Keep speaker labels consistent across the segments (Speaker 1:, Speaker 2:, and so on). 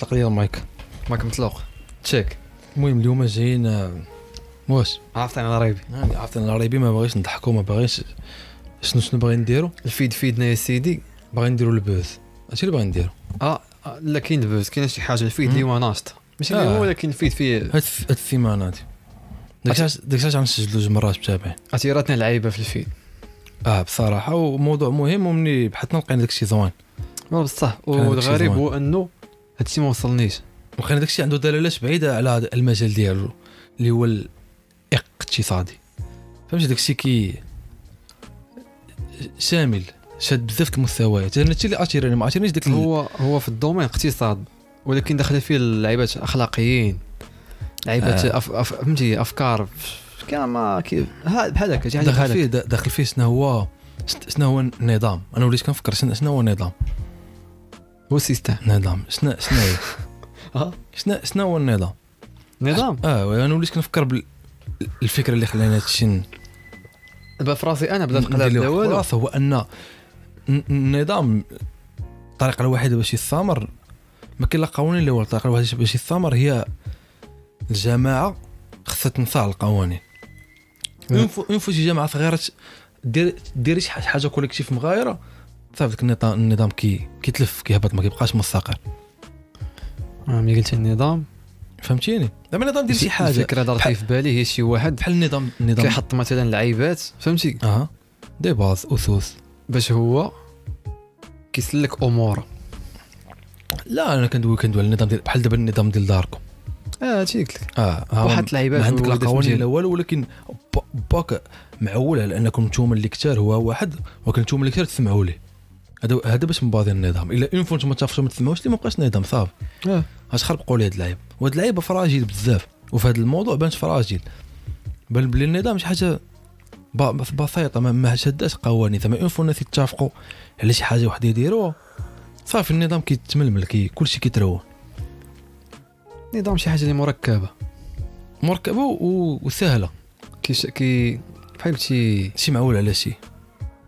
Speaker 1: طلق لي المايك
Speaker 2: ماك مطلوق تشيك
Speaker 1: المهم اليوم جايين آه، واش
Speaker 2: عرفت انا ريبي
Speaker 1: يعني عرفت انا العربي ما باغيش نضحكوا ما باغيش شنو شنو باغي نديرو
Speaker 2: الفيد فيدنا يا سيدي
Speaker 1: باغي نديرو البوث هادشي اللي باغي نديرو
Speaker 2: اه آه، لا كاين دابا كاين شي حاجه الفيد اللي هو ناشط ماشي اللي
Speaker 1: آه.
Speaker 2: هو ولكن الفيد فيه
Speaker 1: هاد الث- هاد الثيمان هادي داك الشيء داك الشيء غنسجلو جوج مرات متابعين
Speaker 2: اثيراتنا العيبه في الفيد آه،
Speaker 1: اه بصراحه وموضوع مهم ومني بحثنا لقينا داك الشيء زوين
Speaker 2: ما بصح
Speaker 1: هذا الشيء
Speaker 2: والغريب
Speaker 1: زوين.
Speaker 2: هو انه هادشي ما وصلنيش
Speaker 1: وكان داكشي عنده دلالات بعيده على هذا المجال ديالو اللي هو الاقتصادي فهمتي داكشي كي شامل شاد بزاف د المستويات انا هادشي اللي اثيرني ما اثيرنيش داك ال-
Speaker 2: هو هو في الدومين اقتصاد ولكن دخل فيه اللعيبات اخلاقيين لعيبات
Speaker 1: آه.
Speaker 2: أف... أف... فهمتي افكار كان ما كي ها- بحال هكا شي حاجه
Speaker 1: داخل
Speaker 2: بحال
Speaker 1: فيه
Speaker 2: هكا
Speaker 1: دا- داخل فيه شنو هو شنو هو النظام انا وليت كنفكر شنو شنو هو النظام
Speaker 2: هو السيستم
Speaker 1: نظام شنو شنو هي
Speaker 2: آه.
Speaker 1: شنو شنو هو النظام
Speaker 2: نظام
Speaker 1: اه انا وليت كنفكر بال الفكره اللي خلاني هادشي ن-
Speaker 2: دابا في راسي انا بدات نقلب
Speaker 1: ندير
Speaker 2: لا
Speaker 1: له
Speaker 2: والو
Speaker 1: خلاصه هو ان ن- النظام الطريقه الوحيده باش يستمر ما كاين لا قوانين لا والو الطريقه الوحيده باش يستمر هي الجماعه خصها تنفع القوانين
Speaker 2: مم.
Speaker 1: ينفع شي جماعه صغيره ت- دير دير شي حاجه- حاجه كوليكتيف مغايره صافي داك النظام النظام كي كيتلف كيهبط ما كيبقاش مستقر
Speaker 2: آه، ملي قلت النظام
Speaker 1: فهمتيني دابا النظام دير شي حاجه
Speaker 2: الفكره دارت لي
Speaker 1: بحال-
Speaker 2: في بالي هي شي واحد
Speaker 1: بحال النظام النظام
Speaker 2: كيحط مثلا لعيبات فهمتي
Speaker 1: اه دي باز اسس
Speaker 2: باش هو كيسلك اموره
Speaker 1: لا انا كندوي كندوي على النظام ديال بحال دابا النظام ديال داركم
Speaker 2: اه هادشي قلت لك
Speaker 1: اه ها
Speaker 2: واحد اللعيبات
Speaker 1: ما عندك لا
Speaker 2: مولودة في
Speaker 1: قوانين لا
Speaker 2: مجال.
Speaker 1: والو ولكن ب- باك معول على انكم نتوما اللي كثار هو واحد ولكن نتوما اللي كثار تسمعوا ليه هذا هذا باش مباضي النظام الا اون فوا نتوما تفشوا ما تسمعوش ليه ما بقاش نظام صافي
Speaker 2: آه.
Speaker 1: اش خربقوا لي هاد اللعيب وهاد اللعيبه فراجيل بزاف وفي هذا الموضوع بانت فراجيل بان بلي النظام شي حاجه ب- بس- بسيطه ما- ما شداش قوانين زعما اون فوا الناس يتفقوا على شي حاجه وحده يديروها صافي النظام كيتململ كي كلشي كيتروى
Speaker 2: نظام شي حاجه اللي مركبه
Speaker 1: مركبه و- وسهله
Speaker 2: كيش كي بحال شي
Speaker 1: شي معول على شي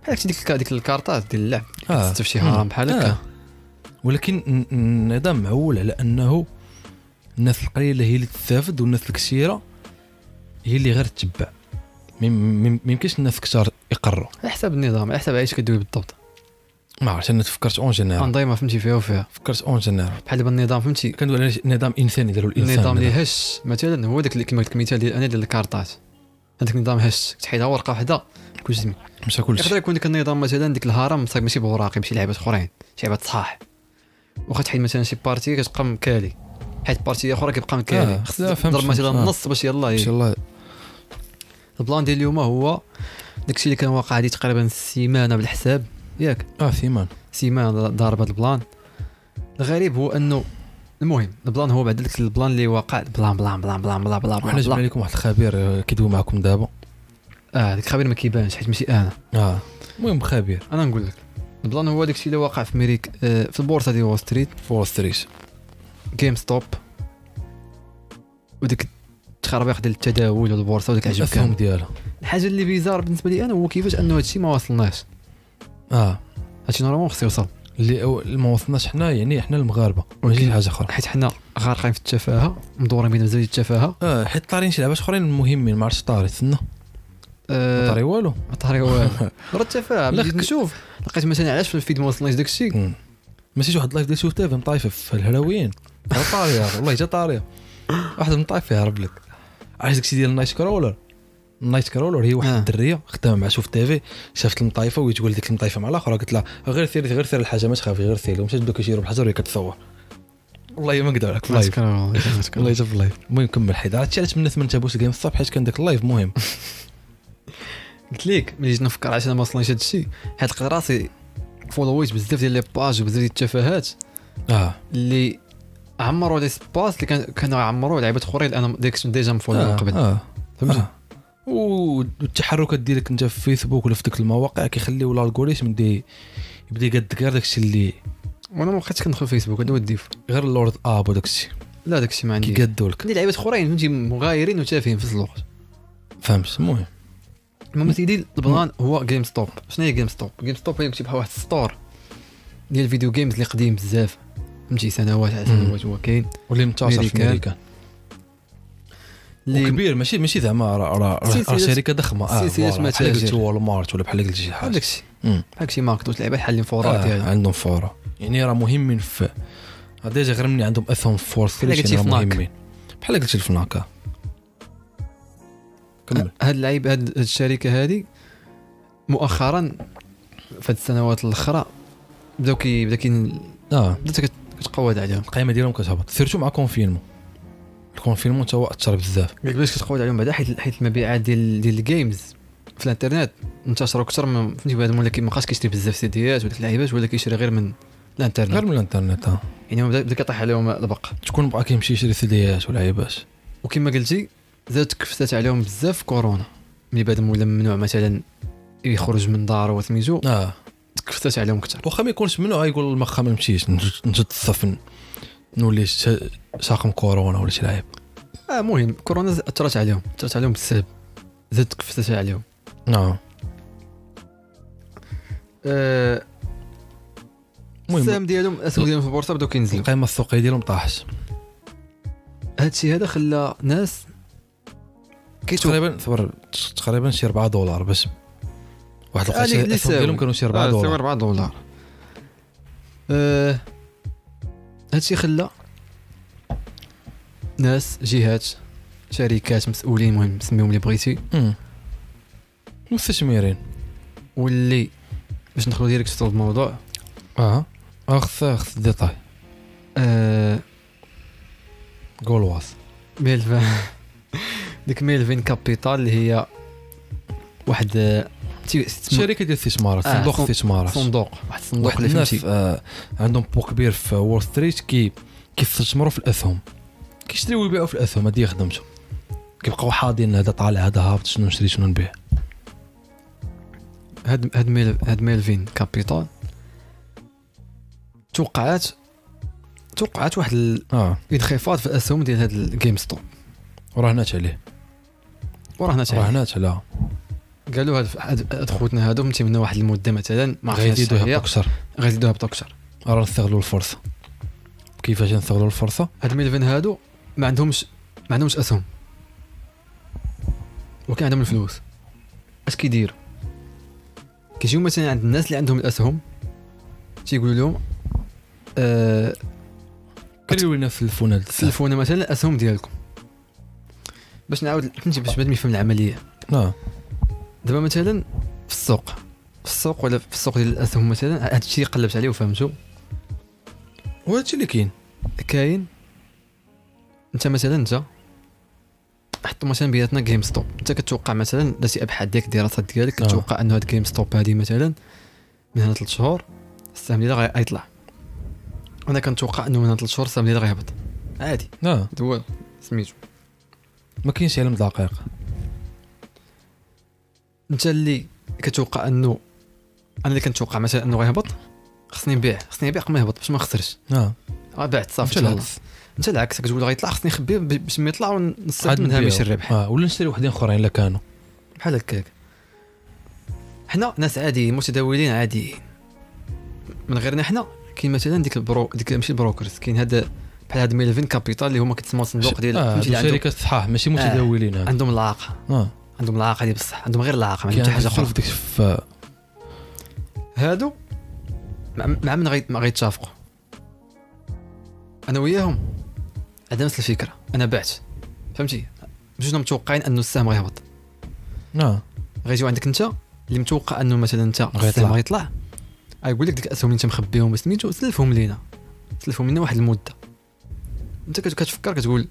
Speaker 2: بحال شي ديك الك- ديك الكارطات ديال اللعب
Speaker 1: آه.
Speaker 2: كتستف شي هرم
Speaker 1: مم.
Speaker 2: بحال
Speaker 1: آه.
Speaker 2: هكا
Speaker 1: ولكن ن- ن- النظام معول على انه الناس القليله هي اللي تستافد والناس الكثيره هي اللي غير تتبع ما يمكنش الناس الكثار يقروا
Speaker 2: على حساب النظام على حساب عايش كدوي بالضبط
Speaker 1: ما عرفتش انا تفكرت اون جينيرال
Speaker 2: انظيمه فهمتي فيها وفيها
Speaker 1: فكرت اون جينيرال
Speaker 2: بحال دابا النظام فهمتي
Speaker 1: كندوي على نظام انساني داروا الانسان
Speaker 2: النظام اللي
Speaker 1: هذا.
Speaker 2: هش مثلا هو داك اللي كما قلت لك المثال ديال انا ديال الكارطات هذاك النظام هش تحيدها ورقه واحده كلشي
Speaker 1: مشى كلشي
Speaker 2: يقدر يكون ديك النظام مثلا ديك الهرم مصايب ماشي بوراقي ماشي لعبات اخرين شي لعبات صحاح واخا تحيد مثلا شي بارتي كتبقى مكالي حيت بارتي اخرى كيبقى مكالي
Speaker 1: آه، خصنا فهمت
Speaker 2: ضرب مثلا
Speaker 1: فهمت، آه.
Speaker 2: النص باش يلا
Speaker 1: ان
Speaker 2: ي-
Speaker 1: شاء الله
Speaker 2: البلان ديال اليوم هو داكشي اللي كان واقع هادي تقريبا سيمانه بالحساب ياك
Speaker 1: اه ثيمان
Speaker 2: سيمانه ضارب هاد البلان الغريب هو انه المهم البلان هو بعد داك البلان اللي واقع بلان بلان بلان بلان بلان بلان
Speaker 1: وحنا
Speaker 2: بلان,
Speaker 1: جبنا
Speaker 2: بلان.
Speaker 1: لكم واحد الخبير آه، كيدوي معكم دابا
Speaker 2: اه ديك الخبير ما كيبانش حيت ماشي انا
Speaker 1: اه المهم خبير
Speaker 2: انا نقول لك البلان هو داكشي اللي واقع في ميريك آه في البورصه ديال وول ستريت
Speaker 1: فور ستريت
Speaker 2: جيم ستوب وديك التخربيق ديال التداول والبورصه وديك العجب
Speaker 1: الاسهم
Speaker 2: كامل
Speaker 1: ديالها
Speaker 2: الحاجه اللي بيزار بالنسبه لي انا هو كيفاش انه هادشي ما واصلناش
Speaker 1: اه
Speaker 2: هادشي نورمالمون خصو يوصل
Speaker 1: اللي أو- اللي ما وصلناش حنا يعني حنا المغاربه ماشي
Speaker 2: ولكن-
Speaker 1: شي حاجه اخرى
Speaker 2: حيت حنا غارقين في التفاهه مدورين بين بزاف ديال التفاهه
Speaker 1: اه حيت طارين شي لعبات اخرين مهمين ما عرفتش طاري تسنى ما طاري
Speaker 2: آه،
Speaker 1: والو
Speaker 2: طاري والو راه
Speaker 1: لا،
Speaker 2: التفاهه ملي جيت
Speaker 1: خ-
Speaker 2: نشوف لقيت مثلا علاش في الفيد ما وصلناش داكشي
Speaker 1: مم. ماشي شي واحد لايف ديال سوف تافي مطايفه في الهلاويين راه طاريه والله جا طاريه واحد مطايف فيها ربلك عرفت داكشي ديال النايت كرولر النايت كرولر هي واحد
Speaker 2: آه.
Speaker 1: الدريه خدامه مع شوف تافي شافت المطايفه وهي تقول ديك المطايفه مع الاخرى قالت لها غير سيري غير سيري الحاجه ما تخافي غير سيري ومشات بداو كيشيروا بالحجر وهي كتصور والله ما نكذب عليك في اللايف والله
Speaker 2: والله
Speaker 1: جا في اللايف المهم كمل حيد هادشي علاش الناس ما نتابعوش الجيم الصبح حيت كان داك اللايف مهم
Speaker 2: قلت لك ملي جيت نفكر علاش انا ما وصلناش هادشي حيت لقيت راسي فولويت بزاف ديال لي باج وبزاف ديال التفاهات
Speaker 1: اه
Speaker 2: اللي عمروا لي سباس اللي كان- كانوا يعمروا لعيبات اخرين اللي انا ديك ديجا مفولو من
Speaker 1: آه،
Speaker 2: قبل
Speaker 1: اه
Speaker 2: فهمتي؟
Speaker 1: آه. و- والتحركات ديالك انت في فيسبوك ولا في ديك المواقع كيخليو الالغوريثم يبدا يبدا يقاد غير داكشي اللي
Speaker 2: وانا ما بقيتش كندخل فيسبوك هذا هو الديف
Speaker 1: غير اللورد اب وداكشي
Speaker 2: لا داكشي ما عندي
Speaker 1: كيقادو لك
Speaker 2: عندي لعيبات اخرين فهمتي مغايرين وتافهين في الوقت
Speaker 1: فهمت المهم
Speaker 2: المهم سيدي البلان هو جيم ستوب شنو هي جيم ستوب جيم ستوب هي كتبقى واحد ستور ديال الفيديو جيمز اللي قديم بزاف فهمتي سنوات على سنوات هو كاين
Speaker 1: واللي منتشر في
Speaker 2: أمريكان.
Speaker 1: امريكا
Speaker 2: اللي
Speaker 1: وكبير ماشي ماشي زعما راه راه
Speaker 2: سلسلة-
Speaker 1: راه شركه ضخمه اه
Speaker 2: سلسلة
Speaker 1: فوالا. بحال
Speaker 2: متاجر.
Speaker 1: قلت وول مارت ولا بحال قلت شي
Speaker 2: بحال
Speaker 1: حاجه
Speaker 2: داكشي
Speaker 1: مم.
Speaker 2: بحال شي ماركت لعيبه حالين فورات
Speaker 1: آه
Speaker 2: ديالها
Speaker 1: عندهم فوره يعني راه مهمين في راه ديجا غير مني عندهم اسهم في فورس
Speaker 2: بحال
Speaker 1: كلشي
Speaker 2: قلتي
Speaker 1: راه
Speaker 2: فناك.
Speaker 1: مهمين بحال قلت الفناك آه. كمل
Speaker 2: هاد اللعيب هاد هاد الشركه هادي مؤخرا في هاد السنوات الاخرى بداو كي بدا كي
Speaker 1: اه
Speaker 2: بدات كت- كتقود عليهم
Speaker 1: القيمه ديالهم كتهبط سيرتو مع كونفينمون الكونفينمون حتى هو اثر بزاف
Speaker 2: قلت باش كتقود عليهم بعدا حيت حيت المبيعات ديال ديال الجيمز في الانترنت انتشروا اكثر من فهمتي بنادم ولا كي ما بقاش كيشري بزاف سيديات ولا اللعيبات ولا كيشري غير من الانترنت
Speaker 1: غير من الانترنت اه
Speaker 2: يعني هو بدا بدا كيطيح عليهم البق
Speaker 1: شكون بقى كيمشي يشري سيديات ولعيبات
Speaker 2: وكما قلتي زادت كفتات عليهم بزاف كورونا ملي بنادم ولا ممنوع مثلا يخرج من داره وسميتو
Speaker 1: اه
Speaker 2: تكفتات عليهم اكثر
Speaker 1: واخا ما يكونش منه غايقول واخا ما نمشيش نج- نجد الصف ن- نولي ش- شاقم كورونا ولا شي لعيب
Speaker 2: اه مهم كورونا ز- اثرت عليهم اثرت عليهم بالسلب زادت كفتات عليهم
Speaker 1: نعم
Speaker 2: آه
Speaker 1: المهم
Speaker 2: السهم ديالهم الاسهم ديالهم في البورصه بداو كينزلوا
Speaker 1: القيمه السوقيه ديالهم طاحت
Speaker 2: هذا الشيء هذا خلى ناس كيتو
Speaker 1: تقريبا صبر تقريبا شي 4 دولار باش واحد
Speaker 2: آه،
Speaker 1: الوقت شي-
Speaker 2: اللي- اللي
Speaker 1: الاسهم
Speaker 2: ساوي.
Speaker 1: ديالهم كانوا شي 4 دولار
Speaker 2: 4 آه، دولار آه هذا الشيء خلى ناس جهات شركات مسؤولين المهم سميهم اللي بغيتي
Speaker 1: مم. مستثمرين
Speaker 2: واللي باش ندخلوا ديريكت في الموضوع
Speaker 1: اه آه، خص خص ديتاي
Speaker 2: آه
Speaker 1: قول واس
Speaker 2: ميلفين ديك ميلفين كابيتال اللي هي واحد آه، تي- استثمار-
Speaker 1: شركه ديال الاستثمارات
Speaker 2: آه،
Speaker 1: صندوق
Speaker 2: صن-
Speaker 1: استثمارات
Speaker 2: صندوق واحد الصندوق
Speaker 1: واحد
Speaker 2: اللي فهمتي
Speaker 1: الناس آه عندهم بو كبير في وول ستريت كي كيستثمروا في الاسهم كيشريو ويبيعوا في الاسهم هذه هي خدمته كيبقاو حاضين هذا طالع هذا هابط شنو نشري شنو نبيع
Speaker 2: هاد هاد ميل هاد ميلفين كابيتال توقعات توقعات واحد ال-
Speaker 1: اه
Speaker 2: انخفاض في الاسهم ديال هاد الجيم ستوب
Speaker 1: وراهنات عليه
Speaker 2: وراهنا تعرف
Speaker 1: راهنات على
Speaker 2: قالوا هاد هاد هاد خوتنا هادو تمنا واحد المده مثلا ما عرفتش
Speaker 1: غيزيدوا
Speaker 2: شحال هي،
Speaker 1: يهبطوا اكثر
Speaker 2: غادي يدوها اكثر
Speaker 1: راه نستغلوا الفرصه كيفاش نستغلوا الفرصه
Speaker 2: هاد ميلفين هادو ما عندهمش ما عندهمش اسهم ولكن عندهم الفلوس اش كيديروا كيجيو مثلا عند الناس اللي عندهم الاسهم تيقولوا لهم آه
Speaker 1: كيلو لنا في الفون هذا الساعة.
Speaker 2: تسلفونا مثلا الاسهم ديالكم باش نعاود فهمتي باش بنادم يفهم العمليه
Speaker 1: اه
Speaker 2: دابا مثلا في السوق في السوق ولا في السوق ديال الاسهم مثلا هذا الشيء قلبت عليه وفهمته
Speaker 1: وهذا الشيء اللي كاين
Speaker 2: كاين انت مثلا انت حطوا مثلا بيناتنا جيم ستوب انت كتوقع مثلا درتي ابحاث ديالك الدراسات ديالك
Speaker 1: آه.
Speaker 2: كتوقع انه هاد جيم ستوب هادي مثلا من هنا 3 شهور السهم ديالها غيطلع انا كنتوقع انه من هنا 3 شهور السهم ديالها غيهبط عادي
Speaker 1: اه
Speaker 2: هو سميتو
Speaker 1: ما كاينش علم دقيق
Speaker 2: انت اللي كتوقع انه انا اللي كنتوقع مثلا انه غيهبط خصني نبيع خصني نبيع قبل ما يهبط باش ما نخسرش
Speaker 1: اه
Speaker 2: آه، بعت
Speaker 1: مشى
Speaker 2: صافي ان شاء الله
Speaker 1: العكس.
Speaker 2: انت العكس كتقول غيطلع خصني نخبيه ب- باش ما يطلع ونستافد
Speaker 1: عاد
Speaker 2: من هامش
Speaker 1: نبيعو.
Speaker 2: الربح
Speaker 1: اه ولا نشري وحدين اخرين الا كانوا
Speaker 2: بحال هكاك حنا ناس عاديين متداولين عاديين من غيرنا حنا كاين مثلا ديك البرو ديك ماشي البروكرز كاين هذا بحال هاد ميلفين كابيتال اللي هما كتسموا صندوق ديال
Speaker 1: آه،
Speaker 2: فهمتي اللي عندهم-
Speaker 1: شركه صحاح ماشي متداولين هادو.
Speaker 2: عندهم العاقه
Speaker 1: اه
Speaker 2: عندهم العاقه دي بصح عندهم غير العاقه ما عندهم
Speaker 1: كاين
Speaker 2: حتى
Speaker 1: حاجه
Speaker 2: حاجه اخرى
Speaker 1: في ديك في آه.
Speaker 2: هادو مع مع من غي... ما غيتفقوا انا وياهم عندنا نفس الفكره انا بعت فهمتي بجوجنا متوقعين انه السهم غيهبط نعم.
Speaker 1: اه
Speaker 2: غيجيو عندك انت اللي متوقع انه مثلا انت
Speaker 1: غيطلع.
Speaker 2: السهم غيطلع غيقول آه، لك ديك الاسهم اللي انت مخبيهم سميتو سلفهم لينا سلفهم لينا واحد المده انت كت- كتفكر كتقول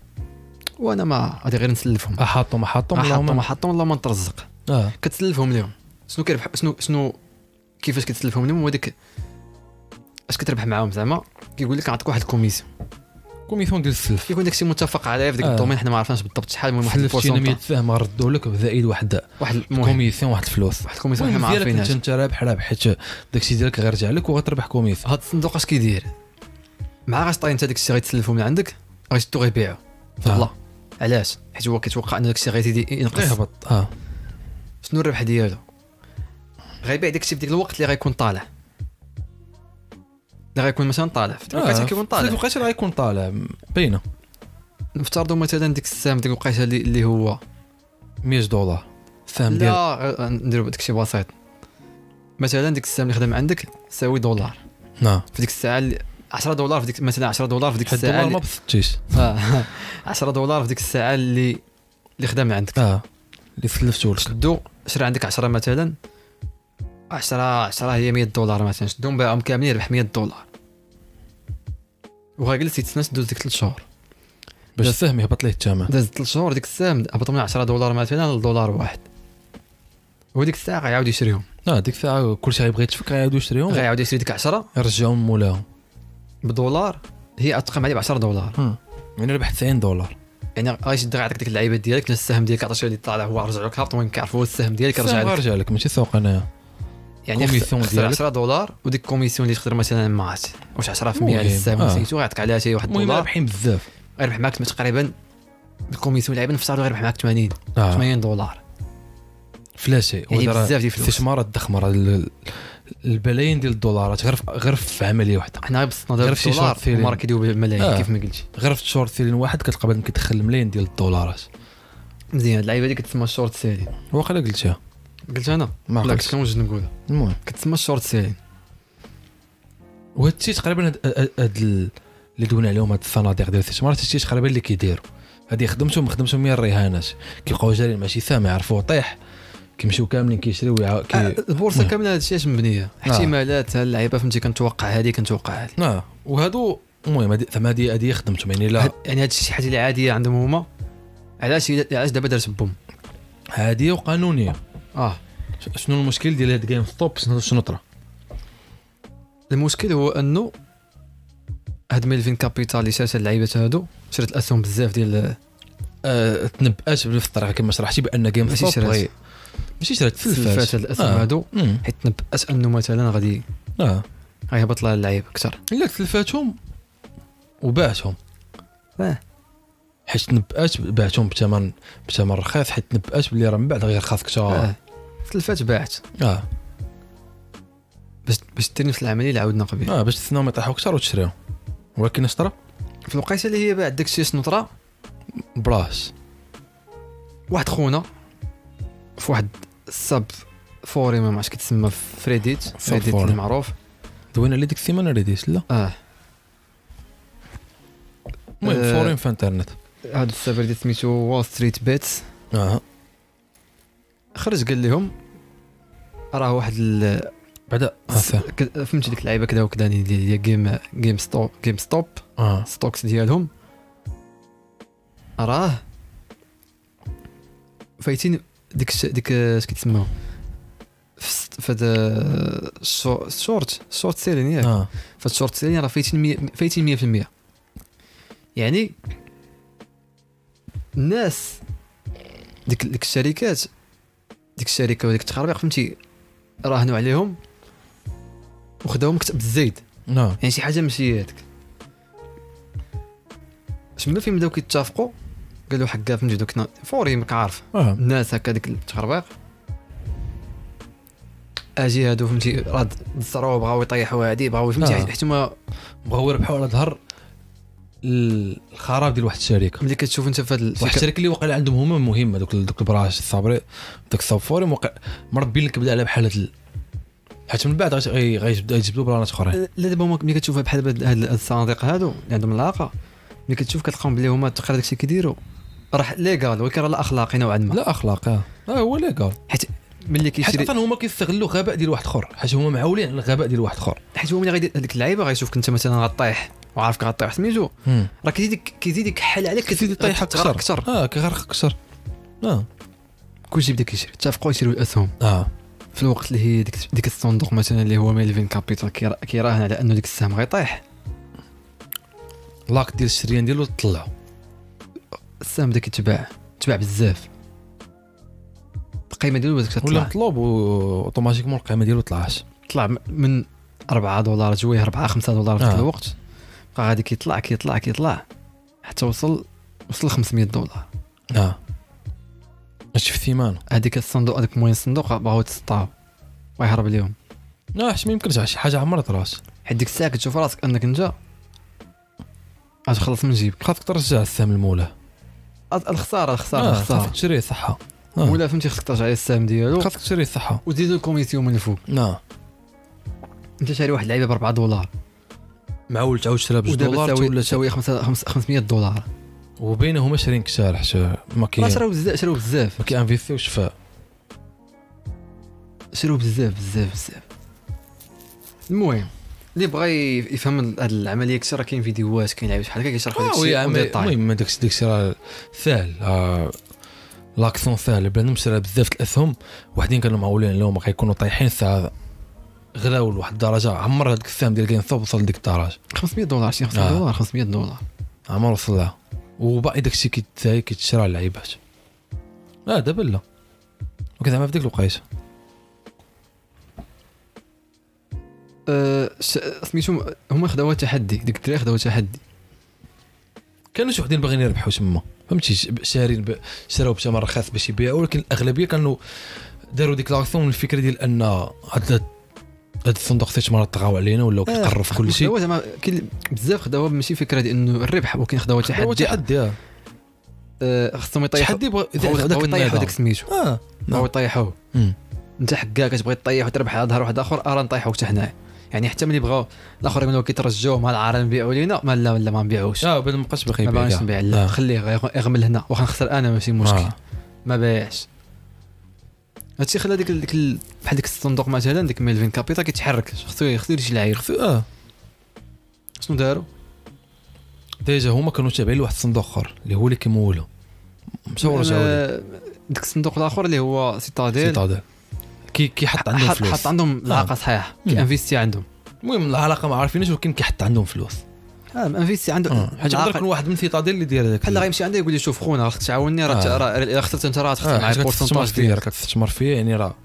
Speaker 2: وانا ما غادي غير نسلفهم
Speaker 1: احطهم احطهم
Speaker 2: ما حطهم ما
Speaker 1: اللهم
Speaker 2: حطهم والله ما نترزق
Speaker 1: اه
Speaker 2: كتسلفهم لهم شنو كيربح شنو شنو كيفاش كتسلفهم لهم هو داك اش كتربح معاهم زعما كيقول لك نعطيك واحد الكوميسيون
Speaker 1: كوميسيون ديال السلف
Speaker 2: كيكون داكشي متفق عليه في ديك
Speaker 1: آه.
Speaker 2: الدومين حنا ما عرفناش بالضبط شحال المهم واحد
Speaker 1: حلفتينا 100
Speaker 2: البورسونتاج
Speaker 1: سهم ردوا لك بزائد واحد
Speaker 2: واحد المهم
Speaker 1: كوميسيون واحد الفلوس
Speaker 2: واحد الكوميسيون حنا ما
Speaker 1: المهم ديالك انت
Speaker 2: عارفينهاش
Speaker 1: انت رابح رابح حيت داكشي ديالك غيرجع لك وغتربح كوميسيون
Speaker 2: هاد الصندوق اش كيدير مع غاش طاي انت داك الشيء غيتسلفو من عندك غيشدو غيبيعو
Speaker 1: آه.
Speaker 2: والله علاش حيت هو كيتوقع ان داك الشيء غيزيد ينقص
Speaker 1: يهبط اه
Speaker 2: شنو الربح ديالو غيبيع داك الشيء في ديك الوقت اللي غيكون طالع اللي غيكون مثلا طالع في ديك الوقيته كيكون
Speaker 1: في
Speaker 2: طالع
Speaker 1: الوقيته غيكون طالع باينه
Speaker 2: نفترضوا مثلا ديك السهم ديك الوقيته اللي, اللي هو
Speaker 1: 100 دولار السهم ديال
Speaker 2: لا غ- نديرو داك الشيء بسيط مثلا ديك السهم اللي خدم عندك تساوي دولار
Speaker 1: نعم
Speaker 2: في ديك الساعه اللي 10 دولار في ديك مثلا 10 دولار في ديك
Speaker 1: حد
Speaker 2: الساعه
Speaker 1: دولار ما
Speaker 2: اللي...
Speaker 1: بسطتيش
Speaker 2: آه. 10 دولار في ديك الساعه اللي اللي خدم عندك
Speaker 1: اه اللي سلفتو لك
Speaker 2: شدو شرا عندك 10 مثلا 10 10 هي 100 دولار مثلا شدهم باعهم كاملين ربح 100 دولار وغا جلس يتسنى دوز ديك 3 شهور
Speaker 1: باش
Speaker 2: لا.
Speaker 1: السهم يهبط ليه الثمن
Speaker 2: داز 3 شهور ديك السهم هبط من 10 دولار مثلا لدولار واحد وديك الساعه غيعاود يشريهم
Speaker 1: اه ديك الساعه كلشي غيبغي يتفك غيعاودو يشريهم
Speaker 2: غيعاود يشري ديك 10
Speaker 1: يرجعهم مولاهم
Speaker 2: بدولار هي اتقام عليه ب 10 دولار
Speaker 1: يعني ربح 90 دولار
Speaker 2: يعني غيشد غيعطيك ديك اللعيبه ديالك لا السهم ديالك عطاش اللي طالع هو رجع لك هابط المهم كيعرف هو السهم ديالك رجع
Speaker 1: السهم
Speaker 2: لك
Speaker 1: غيرجع لك ماشي سوق انايا
Speaker 2: يعني
Speaker 1: كوميسيون
Speaker 2: خسر
Speaker 1: ديالك.
Speaker 2: 10 دولار وديك الكوميسيون اللي تقدر مثلا ما عرفتش واش 10% على
Speaker 1: المهم،
Speaker 2: السهم
Speaker 1: آه.
Speaker 2: ولا سميتو غيعطيك عليها شي 1
Speaker 1: المهم
Speaker 2: دولار
Speaker 1: رابحين بزاف
Speaker 2: غيربح معاك تقريبا الكوميسيون لعيبه نفس غيربح معاك 80
Speaker 1: اه
Speaker 2: 80 دولار
Speaker 1: فلاشي
Speaker 2: آه. يعني بزاف ديال الفلوس
Speaker 1: استثمارات ضخمه راه ال- البلايين ديال الدولارات غير في- غير في عمليه واحده
Speaker 2: حنا غير بسطنا دابا
Speaker 1: غير في شي
Speaker 2: الدولار
Speaker 1: شورت فيلم.
Speaker 2: هما راه كيدويو بالملايين
Speaker 1: آه.
Speaker 2: كيف ما قلتي
Speaker 1: غير في الشورت سيلين واحد كتلقى بان كيدخل الملايين ديال الدولارات
Speaker 2: مزيان هاد اللعيبه اللي كتسمى الشورت سيلين
Speaker 1: واقيلا قلتها
Speaker 2: قلت انا
Speaker 1: ما
Speaker 2: لا
Speaker 1: عقلتش
Speaker 2: كنت كنوجد نقولها
Speaker 1: المهم
Speaker 2: كتسمى الشورت سيلين
Speaker 1: وهذا الشيء تقريبا هاد- هاد هاد ال- اللي دوينا عليهم هاد الصناديق ديال الاستثمار هاد الشيء تقريبا اللي كيديروا هادي خدمتهم خدمتهم هي الرهانات كيبقاو جاريين مع شي سهم يعرفوه طيح كيمشيو كاملين كيشريو ويع-
Speaker 2: آه،
Speaker 1: كي... آه.
Speaker 2: البورصه
Speaker 1: نعم.
Speaker 2: كامله هادشي اش مبنيه احتمالات هاد اللعيبه فهمتي كنتوقع هادي كنتوقع هادي
Speaker 1: اه وهادو المهم هادي زعما هادي هادي هي خدمتهم يعني لا
Speaker 2: هاد- يعني هادشي شي حاجه اللي عاديه عندهم هما علاش علاش دابا دارت بوم
Speaker 1: عاديه وقانونيه
Speaker 2: اه
Speaker 1: ش- شنو المشكل ديال هاد جيم ستوب شنو شنو طرا
Speaker 2: المشكل هو انه هاد ميلفين كابيتال اللي شرات هاد اللعيبات هادو شرات الاسهم بزاف ديال
Speaker 1: آه تنبأت بلي في الطريقه كما شرحتي بان جيم
Speaker 2: ماشي
Speaker 1: ستوب
Speaker 2: شرات.
Speaker 1: غي- طيب. ماشي شرات
Speaker 2: سلفات
Speaker 1: تلفات
Speaker 2: هاد الاسهم
Speaker 1: آه.
Speaker 2: هادو
Speaker 1: مم.
Speaker 2: حيت تنبأت انه مثلا غادي
Speaker 1: اه
Speaker 2: غيهبط لها اللعيب اكثر
Speaker 1: الا تلفاتهم وباعتهم
Speaker 2: آه.
Speaker 1: حيت تنبأت بعتهم بثمن بثمن رخيص حيت تنبأت باللي راه من بعد غير خاصك
Speaker 2: اه
Speaker 1: شهر
Speaker 2: تلفات باعت
Speaker 1: اه
Speaker 2: باش باش دير نفس العمليه اللي عاودنا قبل
Speaker 1: اه باش تستناهم يطيحوا اكثر وتشريهم ولكن اشترى
Speaker 2: في الوقيته اللي هي باعت داكشي الشنطره
Speaker 1: براس
Speaker 2: واحد خونا في واحد السب فوري ما عرفتش كيتسمى في فريديت فريديت
Speaker 1: فوري.
Speaker 2: اللي معروف
Speaker 1: دوينا عليه ديك السيمانه ريديس لا
Speaker 2: اه
Speaker 1: المهم
Speaker 2: آه.
Speaker 1: فورين في انترنت
Speaker 2: هذا السيرفر اللي سميتو وول ستريت بيتس
Speaker 1: اه
Speaker 2: خرج قال لهم راه واحد ال...
Speaker 1: بعدا آه،
Speaker 2: س-
Speaker 1: سا.
Speaker 2: ك- فهمتي ديك اللعيبه كذا وكذا يعني ديال ديال جيم جيم ستوب جيم ستوب
Speaker 1: اه
Speaker 2: ستوكس ديالهم راه فايتين ديك الش- ديك اش كيتسموا في الس- في هذا آه، الشو- الشورت الشورت سيلين ياك
Speaker 1: اه
Speaker 2: في الشورت سيلين راه فايتين مية فايتين 100% يعني الناس ديك ديك الشركات ديك الشركه وديك التخربيق فهمتي راهنوا عليهم وخداهم كتب الزيد
Speaker 1: اه
Speaker 2: يعني شي حاجه ماشي هذيك تما فين بداو كيتفقوا قالوا حقا فهمتي دوك نا- فوري ماك عارف
Speaker 1: اه
Speaker 2: الناس هكا ديك التخربيق اجي هادو فهمتي راه دزروا بغاو يطيحوا هادي بغاو فهمتي
Speaker 1: آه.
Speaker 2: حيت هما
Speaker 1: بغاو يربحوا على ظهر الخراب ديال واحد الشركه
Speaker 2: ملي كتشوف انت في هاد
Speaker 1: واحد
Speaker 2: الفكره
Speaker 1: الشركه اللي وقع عندهم هما مهمه دوك دوك البراش الصابري دوك الصوفوري وقع مربين لك بدا على بحال هاد ال- حيت من بعد غاش- غي- غيجبدوا غيجبدوا برانات اخرين
Speaker 2: لا دابا هما ملي كتشوفها بحال هاد هاد الصناديق هادو اللي عندهم العاقه ملي كتشوف كتلقاهم بلي هما تقرا داكشي كيديروا راه ليغال ولكن راه لا اخلاقي نوعا ما
Speaker 1: لا اخلاق اه آه، هو اللي قال
Speaker 2: ملي
Speaker 1: حيت
Speaker 2: كيشري
Speaker 1: اصلا هما كيستغلوا غباء ديال واحد اخر حيت هما معولين على الغباء ديال واحد اخر
Speaker 2: حيت هو ملي غيدير هذيك اللعيبه غيشوفك انت مثلا غطيح وعارفك غطيح سميتو راه كيزيدك كيزيدك حل عليك
Speaker 1: كتزيد طايحه
Speaker 2: كتغرق
Speaker 1: اكثر اه كيغرق اكثر اه
Speaker 2: كلشي بدا كيشري اتفقوا يشريو الاسهم
Speaker 1: اه
Speaker 2: في الوقت اللي هي ديك ديك الصندوق مثلا اللي هو ميلفين كابيتال كيرا- كيراهن على انه ديك السهم غيطيح
Speaker 1: لاك ديال الشريان ديالو طلعوا
Speaker 2: السهم بدا كيتباع تباع بزاف القيمه ديالو بدات
Speaker 1: ولا
Speaker 2: كتطلع
Speaker 1: مطلوب اوتوماتيكمون القيمه ديالو طلعت
Speaker 2: طلع م- من 4 دولار جويه 4 5 دولار في
Speaker 1: آه.
Speaker 2: ذاك الوقت بقى غادي كيطلع كيطلع كيطلع حتى وصل وصل 500 دولار
Speaker 1: اه هادشي في الثمن
Speaker 2: هذيك الصندوق هذاك موين الصندوق بغاو يتسطاو ويهرب ليهم
Speaker 1: لا حيت ما يمكنش شي حاجه عمرها طرات
Speaker 2: حيت ديك الساعه كتشوف راسك انك انت غتخلص من جيبك
Speaker 1: خاصك ترجع السهم لمولاه
Speaker 2: أ- الخساره الخساره
Speaker 1: آه،
Speaker 2: الخساره
Speaker 1: خاصك تشري صحه آه.
Speaker 2: ولا فهمتي خصك ترجع على السهم ديالو
Speaker 1: خاصك تشري صحه
Speaker 2: وزيدو الكوميسيون من الفوق
Speaker 1: اه
Speaker 2: انت شاري واحد اللعيبه ب 4 دولار
Speaker 1: معول تعاود شرا بجوج
Speaker 2: ودابا
Speaker 1: دولار
Speaker 2: تساوي
Speaker 1: ولا
Speaker 2: تساوي 500 دولار
Speaker 1: وبينهما شارين كشارح شا- ما
Speaker 2: ما
Speaker 1: كاين
Speaker 2: شراو بزاف شراو بزاف
Speaker 1: ما كينفيستيوش في
Speaker 2: شراو بزاف بزاف بزاف المهم اللي بغى ي- يفهم هاد العمليه كثير راه كاين فيديوهات كاين لعيبه شحال هكا كيشرحوا هادشي
Speaker 1: آه، وي،
Speaker 2: on
Speaker 1: عمي-
Speaker 2: detail.
Speaker 1: المهم داكشي داكشي راه ساهل آه، لاكسون ساهل بنادم شرا بزاف د الاسهم وحدين كانوا معولين عليهم كيكونوا طايحين ساعه غلاو لواحد الدرجه عمر هذاك السهم ديال كاين صوب وصل لديك الدرجه
Speaker 2: 500 دولار شي 500
Speaker 1: آه.
Speaker 2: دولار 500 دولار
Speaker 1: عمر وصل لها وباقي داكشي كيتساهل كيتشرى اللعيبات لا دابا لا وكان زعما في ديك الوقيته
Speaker 2: أه، ش- سميتو هما خداوها تحدي ديك الدراري خداوها تحدي
Speaker 1: كانوا شي وحدين باغيين يربحوا تما فهمتي ش- شارين ب... شراو بثمن رخيص باش يبيعوا ولكن الاغلبيه كانوا داروا ديك لاكسيون من الفكره ديال ان هاد هاد الصندوق استثمار طغاو علينا
Speaker 2: آه.
Speaker 1: ولاو كيتقروا في آه، كل شيء
Speaker 2: خداوها زعما كاين بزاف خداوها ماشي فكره ديال انه الربح ولكن
Speaker 1: هو
Speaker 2: خداوها تحدي
Speaker 1: تحدي آه.
Speaker 2: أه، خصهم يطيحوا
Speaker 1: تحدي بغا
Speaker 2: خداو
Speaker 1: داك
Speaker 2: يطيحوا
Speaker 1: النظام
Speaker 2: داك سميتو
Speaker 1: اه نعم.
Speaker 2: بغاو يطيحوه
Speaker 1: مم.
Speaker 2: انت حكا كتبغي تطيح وتربح على ظهر واحد اخر ارا نطيحوك حتى هنايا يعني حتى ملي بغاو الاخر يقولوا كيترجوه مع العار نبيعوا لينا ما لا لا ما نبيعوش
Speaker 1: اه بدا مابقاش باغي
Speaker 2: ما
Speaker 1: يبيع
Speaker 2: باغيش
Speaker 1: كاع.
Speaker 2: نبيع لا
Speaker 1: آه.
Speaker 2: خليه غيغ- يغمل هنا واخا نخسر انا ماشي مشكل
Speaker 1: آه.
Speaker 2: ما بايعش هادشي خلى ديك ديك ال- بحال ديك الصندوق مثلا ديك ميلفين كابيتا كيتحرك خصو خصو يدير شي العير
Speaker 1: خصو- اه
Speaker 2: شنو داروا
Speaker 1: ديجا هما كانوا تابعين لواحد الصندوق اخر اللي هو اللي كيمولو مشاو رجعوا ليه
Speaker 2: آه، ديك الصندوق الاخر اللي هو سيتاديل
Speaker 1: سيتاديل. كي كيحط عندهم
Speaker 2: حط
Speaker 1: فلوس آه.
Speaker 2: حط عندهم العاقه صحيحه
Speaker 1: مم.
Speaker 2: كانفيستي عندهم
Speaker 1: المهم العلاقه ما عارفينش ولكن كيحط عندهم فلوس آه.
Speaker 2: اه انفيستي عندهم
Speaker 1: اه حيت يقدر يكون واحد من سيتاديل اللي داير هذاك
Speaker 2: بحال غيمشي عندها يقول لي شوف خونا خاصك تعاوني راه
Speaker 1: آه.
Speaker 2: راه الا خسرت انت راه تخسر
Speaker 1: اه
Speaker 2: معايا
Speaker 1: حيت كتستثمر
Speaker 2: البورسنتاج
Speaker 1: فيه
Speaker 2: ديالك
Speaker 1: راك كتستثمر فيه يعني راه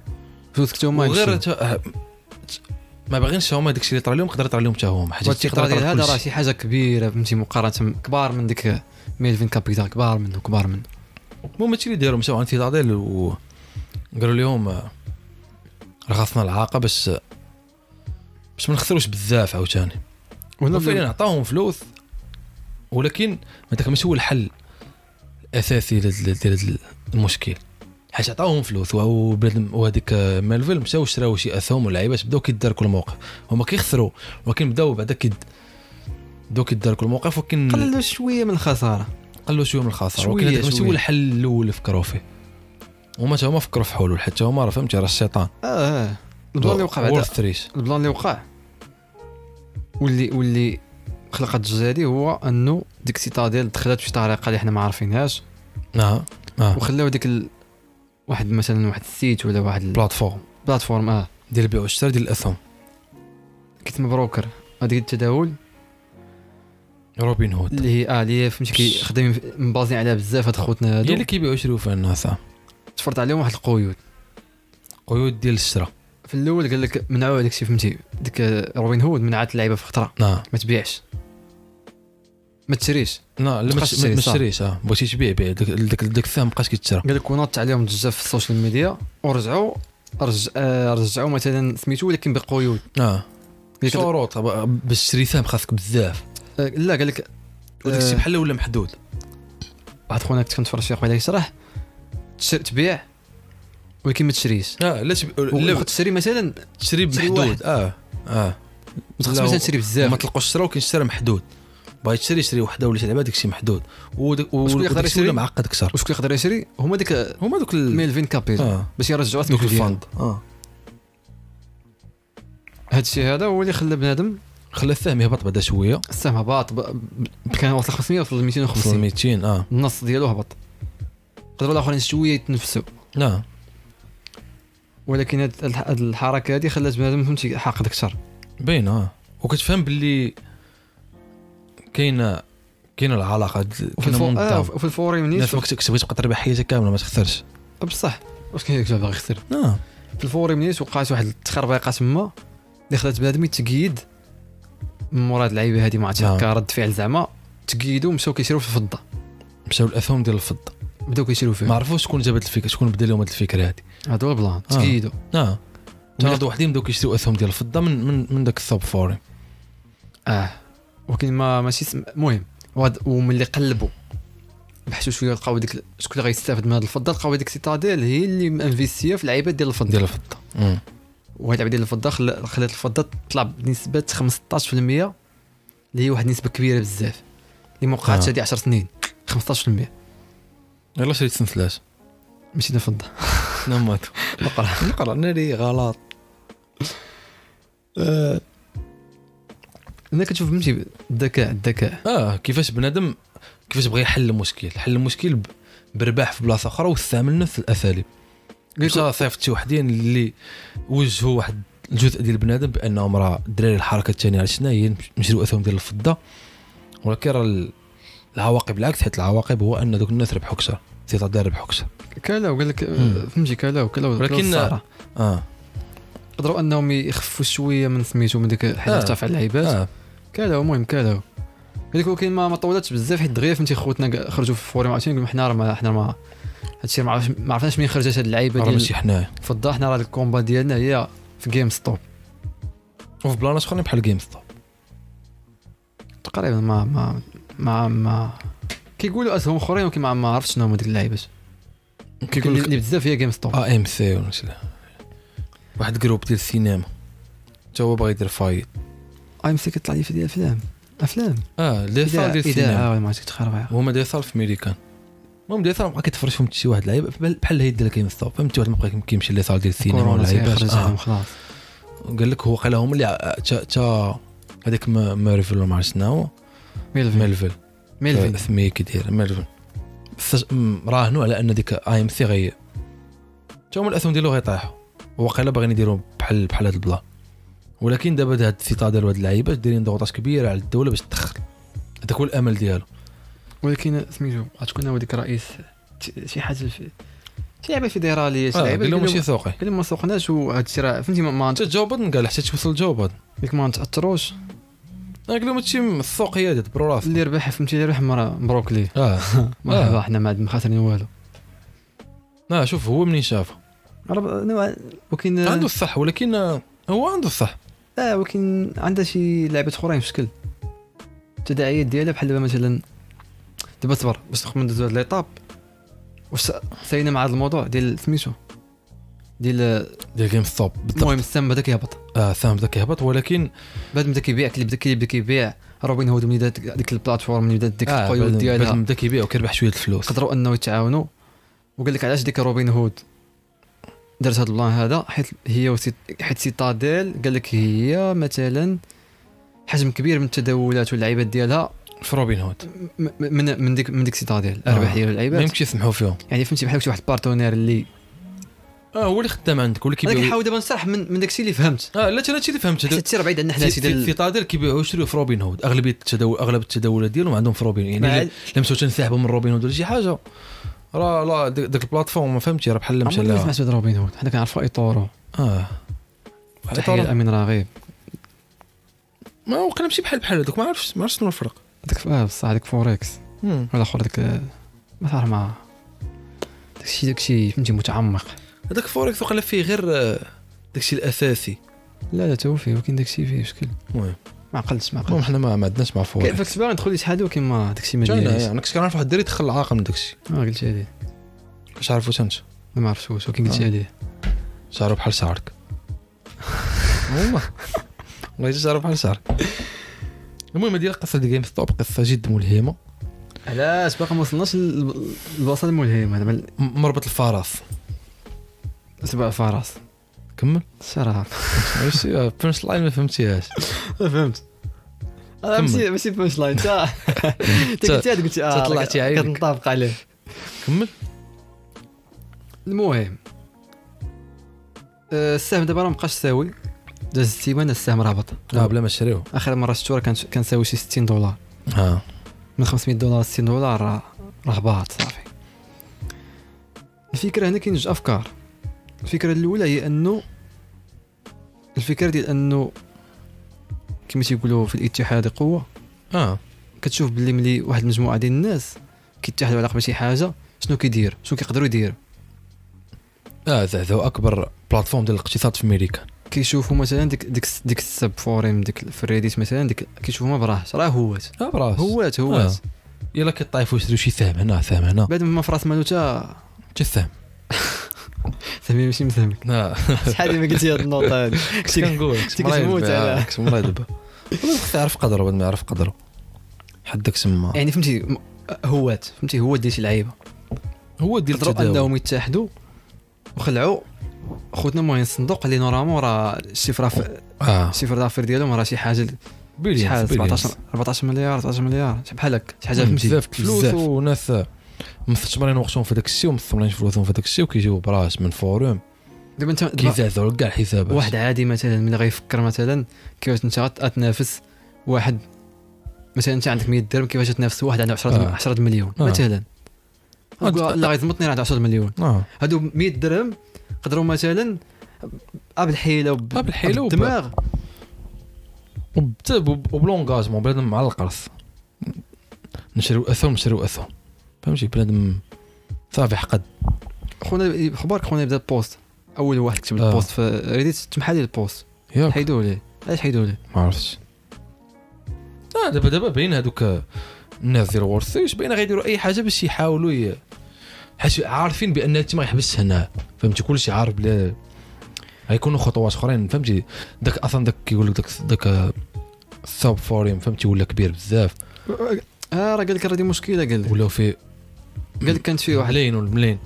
Speaker 2: فلوسك حتى هما
Speaker 1: وغير
Speaker 2: يمشيو
Speaker 1: تا- اه، ت- ما باغينش هما داكشي اللي طرا لهم يقدر يطرا لهم حتى هما حيت
Speaker 2: والثقه
Speaker 1: يقدر
Speaker 2: ديال
Speaker 1: يطرا
Speaker 2: هذا راه
Speaker 1: كلشي.
Speaker 2: شي حاجه كبيره فهمتي مقارنه كبار من ديك ميلفين كابيتال كبار منه كبار منه
Speaker 1: المهم هادشي اللي داروا مشاو عند سيتاديل و قالوا لهم اه، راه خاصنا العاقه باش اه، باش ما نخسروش بزاف عاوتاني
Speaker 2: وهنا
Speaker 1: وفعلا
Speaker 2: بل-
Speaker 1: عطاهم فلوس ولكن ما داك ماشي هو الحل الاساسي لهاد- لهاد- لهاد المشكل حيت عطاوهم فلوس وهو آه، بنادم وهذيك مالفيل مشاو شراو شي اسهم ولاعيبات بداو كيتداركوا الموقف هما كيخسروا ولكن بداو بعدا كيد بداو كيتداركوا الموقف ولكن
Speaker 2: قللوا شويه من الخساره
Speaker 1: قلوا شويه من الخساره
Speaker 2: شوية-
Speaker 1: ولكن هذاك ماشي
Speaker 2: شوية.
Speaker 1: هو الحل الاول اللي فكروا فيه هما تا هما فكروا في حلول حتى هما راه فهمتي راه الشيطان
Speaker 2: اه اه البلان اللي وقع بعدا
Speaker 1: ستريت
Speaker 2: البلان اللي وقع واللي واللي خلقت الجزادي هو انه ديك سيتاديل دخلت بشي طريقه اللي حنا ما عارفينهاش
Speaker 1: اه اه
Speaker 2: وخلاو ديك ال... واحد مثلا واحد السيت ولا واحد
Speaker 1: بلاتفورم
Speaker 2: البلاتفورم اه
Speaker 1: ديال البيع والشراء ديال الاسهم
Speaker 2: كيتم بروكر هذيك التداول
Speaker 1: روبن هود
Speaker 2: اللي هي اه اللي هي فهمتي كي خدامين مبازين عليها بزاف هاد خوتنا
Speaker 1: هي
Speaker 2: هادو
Speaker 1: اللي كيبيعوا يشريو فيها الناس آه.
Speaker 2: تفرض عليهم واحد القيود
Speaker 1: قيود ديال الشراء
Speaker 2: في الاول قال لك منعوا داكشي فهمتي ديك آه، روبن هود منعت اللعيبه في خطره
Speaker 1: اه
Speaker 2: ما تبيعش ما تشريش
Speaker 1: لا لا نعم. ما
Speaker 2: تبقاش تشري،
Speaker 1: تش- ما
Speaker 2: صح.
Speaker 1: تشريش اه بغيتي تبيع بيع داك داك داك السهم مابقاش كيتشرى
Speaker 2: قال لك ونط عليهم بزاف في السوشيال ميديا ورجعوا رج... آه، رجعوا مثلا سميتو ولكن بقيود
Speaker 1: اه
Speaker 2: قال لك-
Speaker 1: شروط آه، باش تشري سهم خاصك بزاف
Speaker 2: آه، لا قال لك
Speaker 1: وداك الشيء
Speaker 2: آه،
Speaker 1: بحال ولا محدود
Speaker 2: واحد خونا كنت كنتفرج فيه قبيله يشرح تشر... تبيع ولكن ما تشريش
Speaker 1: اه لا تب...
Speaker 2: آه، لا
Speaker 1: لا
Speaker 2: تشري مثلا
Speaker 1: تشري
Speaker 2: تشري
Speaker 1: بمحدود
Speaker 2: واحد.
Speaker 1: اه اه
Speaker 2: ما تخصش
Speaker 1: لا،
Speaker 2: مثلا تشري بزاف
Speaker 1: ما تلقوش الشرا ولكن الشرا محدود باغي تشري شري وحده ولا شي لعبه داك الشيء محدود وداك
Speaker 2: وشكون يقدر
Speaker 1: وداك
Speaker 2: يشري؟
Speaker 1: ولا معقد اكثر
Speaker 2: وشكون يقدر يشري هما ديك آه،
Speaker 1: هما دوك ال...
Speaker 2: ميلفين كابيل
Speaker 1: اه
Speaker 2: باش يرجعوا
Speaker 1: دوك
Speaker 2: اسمك
Speaker 1: الفند
Speaker 2: آه.
Speaker 1: اه
Speaker 2: هذا الشيء هذا هو اللي خلى بنادم
Speaker 1: خلى السهم يهبط بعدا شويه
Speaker 2: السهم هبط ب- ب- كان وصل 500 وصل 250
Speaker 1: 200 اه
Speaker 2: النص ديالو هبط قدروا الاخرين شويه يتنفسوا
Speaker 1: اه
Speaker 2: ولكن هاد الح- هاد الحركه هذه خلات بنادم فهمتي حاقد اكثر
Speaker 1: باين اه وكتفهم باللي كاينه كاينه العلاقه د-
Speaker 2: وفي
Speaker 1: كاينه
Speaker 2: الفو... آه
Speaker 1: منظم
Speaker 2: وفي الفوري منين
Speaker 1: الناس ما
Speaker 2: شفت-
Speaker 1: كتبغي تبقى تربح حياتك كامله ما تخسرش
Speaker 2: بصح واش كاين داك باغي يخسر
Speaker 1: اه
Speaker 2: في الفوري منين وقعت واحد التخربيقه تما اللي خلات بنادم يتقيد من مورا هاد اللعيبه هذه ما عرفتش
Speaker 1: آه.
Speaker 2: هكا رد فعل زعما تقيدوا ومشاو كيشريو في الفضه
Speaker 1: مشاو الاسهم ديال الفضه
Speaker 2: بداو كيشريو
Speaker 1: ما
Speaker 2: فيها
Speaker 1: عرفوش شكون جاب هاد الفكره شكون بدا لهم هاد الفكره هادي
Speaker 2: هذا هو البلان تقيدوا
Speaker 1: اه
Speaker 2: وملي
Speaker 1: تناضوا وحدين بداو كيشريو اسهم ديال الفضه من من من داك السب فوري
Speaker 2: اه ولكن ما ماشي سم- المهم وهاد- وملي قلبوا بحثوا شويه لقاو ديك شكون اللي غيستافد من هاد الفضه لقاو ديك سيتاديل هي اللي مانفيستيه في اللعيبه ديال الفضه
Speaker 1: ديال الفضه مم.
Speaker 2: وهاد اللعيبه ديال الفضه خل- خلات الفضه تطلع بنسبه 15% اللي هي واحد النسبه كبيره بزاف اللي ما وقعتش
Speaker 1: آه.
Speaker 2: هادي 10 سنين 15%
Speaker 1: يلا شريت سنسلاش
Speaker 2: ماشي ديال الفضه
Speaker 1: نمات نقرا نقرا ناري غلط
Speaker 2: آه، انا كتشوف فهمتي الذكاء الذكاء
Speaker 1: اه كيفاش بنادم كيفاش بغى يحل المشكل حل المشكل ب- برباح في بلاصه اخرى واستعمل نفس الاساليب
Speaker 2: قلت
Speaker 1: مشى صيفط شي وحدين اللي وجهوا واحد الجزء ديال بنادم بانهم راه دراري الحركه الثانيه على شنو هي مجروءتهم ديال الفضه ولكن راه ال- العواقب العكس حيت العواقب هو ان دوك الناس ربحوا كثر سيتادير ربحوا كثر
Speaker 2: كالا وقال لك آه،
Speaker 1: مم.
Speaker 2: فهمتي كالا وكالا
Speaker 1: ولكن-
Speaker 2: ولكن
Speaker 1: اه
Speaker 2: قدروا انهم يخفوا شويه من سميتو من ديك الحاجه
Speaker 1: آه.
Speaker 2: تاع اللعيبات
Speaker 1: اه
Speaker 2: كالاو المهم كالاو قال لك ولكن ما ما طولتش بزاف حيت دغيا فهمتي خوتنا قا- خرجوا في فوري عاوتاني قالوا حنا راه ما حنا ما هادشي ما عرفناش ما عرفناش منين خرجت هاد اللعيبه
Speaker 1: راه
Speaker 2: ديال
Speaker 1: ماشي حنايا
Speaker 2: فضا حنا راه الكومبا ديالنا هي في جيم ستوب
Speaker 1: وفي بلانات اخرين بحال جيم ستوب
Speaker 2: تقريبا ما ما ما ما كيقولوا اسهم اخرين ولكن ما ما عرفتش شنو هما ديك اللعيبات
Speaker 1: كيقول
Speaker 2: اللي
Speaker 1: لك
Speaker 2: بزاف هي جيم ستوب
Speaker 1: اه ام سي ولا شي لا. واحد جروب ديال السينما تا هو باغي يدير فايت
Speaker 2: اي ام سي كيطلع لي في ديال الافلام افلام
Speaker 1: اه لي صال ديال السينما
Speaker 2: اذاعه ولا ما عرفتش تخرب
Speaker 1: وهما ديسال في ميريكان المهم ديسال ما كيتفرج فيهم حتى شي واحد لعيب بحال بحال هي ديال كاين ستوب فهمتي واحد ما بقى كيمشي لي صال ديال السينما
Speaker 2: كورونا
Speaker 1: ولا
Speaker 2: تاهي
Speaker 1: لعيبات
Speaker 2: خرجت
Speaker 1: آه.
Speaker 2: عليهم خلاص
Speaker 1: قال لك هو قال لهم اللي ع- تا تا هذاك ما- مارفل ولا ما عرفت شنو هو آه،
Speaker 2: ميلفين
Speaker 1: ميلفل
Speaker 2: ميلفين
Speaker 1: سميه كيداير ميلفل استج- م- راهنوا على ان ديك اي ام سي غي تا هما الاسهم ديالو غيطيحوا وقيلا باغيين يديروا بحال بحال هاد البلا ولكن دابا هاد السيطادل وهاد اللعيبات دايرين ضغوطات كبيره على الدوله باش تدخل هذاك هو الامل ديالو
Speaker 2: ولكن سميتو غتكون هو ديك رئيس ت- شي حاجه في شي لعبه فيدراليه شي
Speaker 1: آه،
Speaker 2: لعبه
Speaker 1: قال لهم ماشي
Speaker 2: قال
Speaker 1: سوقي
Speaker 2: لهم ما سوقناش وهذا الشيء راه فهمتي ما- ما
Speaker 1: حتى جاوب هادن قال حتى توصل جاوب هادن
Speaker 2: ديك ما نتاثروش
Speaker 1: آه. قال لهم هادشي من السوق هي هادي برو راسك
Speaker 2: اللي ربح فهمتي اللي ربح مرا مبروك ليه
Speaker 1: اه
Speaker 2: مرحبا حنا ما عندنا ما خاسرين والو
Speaker 1: اه شوف هو منين شافها
Speaker 2: رب- نوع- ولكن
Speaker 1: عنده الصح ولكن آه، هو عنده الصح
Speaker 2: اه ولكن عندها شي لعبات اخرين في شكل التداعيات ديالها بحال دابا مثلا دابا صبر باش نخرج من دوز هاد ليطاب واش ساينا مع هذا الموضوع ديال سميتو ديال
Speaker 1: ديال جيم ستوب بالضبط
Speaker 2: المهم السام هذاك يهبط
Speaker 1: اه سام بدا كيهبط ولكن
Speaker 2: بعد ما بدا كيبيع كليب بدا بدا كيبيع روبن هود ملي دات ديك البلاتفورم ملي دات ديك
Speaker 1: آه،
Speaker 2: القيود
Speaker 1: بعد- بعد ما
Speaker 2: ديالها
Speaker 1: بدا كيبيع وكيربح شويه الفلوس
Speaker 2: قدروا انه يتعاونوا وقال لك علاش ديك روبن هود دارت هذا البلان هذا حيت هي وسيت حيت سيتاديل قال لك هي مثلا حجم كبير من التداولات واللعيبات ديالها
Speaker 1: في روبن هود
Speaker 2: م- م- من من ديك من ديك سيتاديل
Speaker 1: آه.
Speaker 2: الارباح ديال
Speaker 1: ما
Speaker 2: اللعيبات
Speaker 1: يمكنش يسمحوا فيهم
Speaker 2: يعني فهمتي بحال شي واحد بارتنير اللي
Speaker 1: اه هو اللي خدام عندك هو اللي
Speaker 2: انا
Speaker 1: كيبيع
Speaker 2: كنحاول دابا نشرح من من داكشي اللي فهمت
Speaker 1: اه لا حتى انا هادشي اللي فهمت
Speaker 2: حيت
Speaker 1: هذا-
Speaker 2: هادشي راه بعيد عنا حنا
Speaker 1: في-
Speaker 2: شي ديال
Speaker 1: في تادر كيبيعوا ويشريوا في روبن هود اغلبيه التداول اغلب التداولات ديالهم عندهم في روبن يعني
Speaker 2: مع-
Speaker 1: لا مشاو تنسحبوا من روبن هود ولا شي حاجه راه لا ديك ديك البلاتفورم ما فهمتي راه بحال مشى
Speaker 2: عمرني ما
Speaker 1: لها
Speaker 2: سمعت هاد روبن هود حنا كنعرفوا ايطورو
Speaker 1: اه
Speaker 2: تحيه
Speaker 1: عطاو-
Speaker 2: لامين راغب
Speaker 1: ما وقيلا ماشي بحال بحال هذوك ما عرفتش ما عرفتش شنو الفرق
Speaker 2: هذاك اه بصح هذاك فوركس
Speaker 1: مم.
Speaker 2: ولا اخر داك ما تعرف ما داكشي داكشي فهمتي متعمق
Speaker 1: هذاك فوركس وقيلا فيه غير آه، داكشي الاساسي
Speaker 2: لا لا تو فيه ولكن داكشي فيه شكل
Speaker 1: المهم
Speaker 2: ما عقلتش ما
Speaker 1: المهم
Speaker 2: عقلتش
Speaker 1: حنا ما ما عندناش مع فوركس
Speaker 2: كيفاش باغي ندخل لي شحال ولكن ما داكشي ما
Speaker 1: انا
Speaker 2: دياليش
Speaker 1: يعني كنت كنعرف واحد الدري دخل العاقه من داكشي
Speaker 2: ما قلتش عليه
Speaker 1: كنت عارفو انت
Speaker 2: ما عرفتش واش ولكن قلتش
Speaker 1: آه.
Speaker 2: عليه
Speaker 1: شعره بحال شعرك والله والله حتى شعره بحال شعرك المهم هذه القصه ديال جيم ستوب قصه جد ملهمه
Speaker 2: علاش باقي ما وصلناش للبلاصه الملهمه دابا
Speaker 1: م- مربط الفرس
Speaker 2: سبع فرس
Speaker 1: كمل
Speaker 2: الشراب
Speaker 1: ماشي بنش لاين ما فهمتيهاش
Speaker 2: فهمت انا
Speaker 1: كمل.
Speaker 2: ماشي ماشي بانش لاين تا تا
Speaker 1: تا-
Speaker 2: قلتي هاد قلتي اه
Speaker 1: تا طلعتي عينك.
Speaker 2: كنطابق عليه
Speaker 1: كمل
Speaker 2: المهم آه، السهم دابا راه مابقاش ساوي داز السيمانه السهم رابط
Speaker 1: اه بلا ما شريوه
Speaker 2: اخر مره شفتو راه كان كان ساوي شي 60 دولار
Speaker 1: اه
Speaker 2: من 500 دولار 60 دولار راه راه باط صافي الفكره هنا كاين جوج افكار الفكره الاولى هي انه الفكره ديال انه كما تيقولوا في الاتحاد قوه
Speaker 1: اه
Speaker 2: كتشوف باللي ملي واحد المجموعه ديال الناس كيتحدوا على قبل شي حاجه شنو كيدير شنو كيقدروا يديروا
Speaker 1: آه، اه زعزع هو اكبر بلاتفورم ديال الاقتصاد في امريكا
Speaker 2: كيشوفوا مثلا ديك ديك ديك السب فوريم ديك في الريديت مثلا ديك كيشوفوا ما براهش راه هوات
Speaker 1: اه براس
Speaker 2: هوات هوات
Speaker 1: آه. يلا كيطايفوا يشريو شي آه، سهم هنا سهم هنا
Speaker 2: بعد ما فراس مالو تا
Speaker 1: حتى السهم
Speaker 2: فهمي ماشي مفهمك
Speaker 1: اه
Speaker 2: شحال ما قلتي هاد النوطه هادي
Speaker 1: كنت كنقول
Speaker 2: كنت كتموت على-
Speaker 1: كنت مريض دابا خصك تعرف قدره بعد ما يعرف قدره حدك تما
Speaker 2: يعني فهمتي م- هوات فهمتي هو ديال شي لعيبه
Speaker 1: هو ديال
Speaker 2: قدروا
Speaker 1: التداوي
Speaker 2: انهم يتحدوا وخلعوا خوتنا المهم الصندوق اللي نورمالمون راه الشفره في
Speaker 1: اه
Speaker 2: الشفره الافير ديالهم راه شي حاجه
Speaker 1: بليون
Speaker 2: شحال
Speaker 1: بليون
Speaker 2: 17 14 مليار 13 مليار شي بحال هكا شي حاجه فهمتي
Speaker 1: بزاف الفلوس
Speaker 2: بزاف.
Speaker 1: وناس مستثمرين وقتهم في داك الشيء ومستثمرين فلوسهم في داك الشيء وكيجيو براس من فوروم
Speaker 2: دابا انت دابا
Speaker 1: كيزعزعوا كاع الحسابات
Speaker 2: واحد عادي مثلا ملي غيفكر مثلا كيفاش انت غتنافس واحد مثلا انت عندك 100 درهم كيفاش تنافس واحد عنده 10
Speaker 1: آه.
Speaker 2: 10 مليون
Speaker 1: آه.
Speaker 2: مثلا
Speaker 1: آه،
Speaker 2: نقول لا غيزمطني راه عنده 10 مليون
Speaker 1: اه
Speaker 2: هادو 100 درهم قدروا مثلا آه بالحيله وب...
Speaker 1: آه، بالحيلة وب-
Speaker 2: بالدماغ
Speaker 1: وبت- وب- وبلونجاجمون بنادم مع القرص نشريو اثهم نشريو اثهم فهمتي بنادم صافي حقد
Speaker 2: خونا اخبارك خونا يبدا البوست اول واحد كتب
Speaker 1: آه.
Speaker 2: البوست في ريديت تمحى لي البوست إيه،
Speaker 1: ياك
Speaker 2: حيدوه ليه علاش حيدوه ليه
Speaker 1: ما عرفتش اه دابا دابا باين هذوك الناس ديال وورثيش باين غيديروا اي حاجه باش يحاولوا ي... حيت عارفين بان هادشي ما يحبسش هنا فهمتي كلشي عارف بلا غيكونوا خطوات اخرين فهمتي داك اصلا داك كيقول لك داك داك الثوب فوريم فهمتي ولا كبير بزاف أه،
Speaker 2: اه راه قال لك راه دي مشكله قال لك
Speaker 1: ولاو فيه
Speaker 2: قال لك كانت فيه واحد
Speaker 1: ملايين والملايين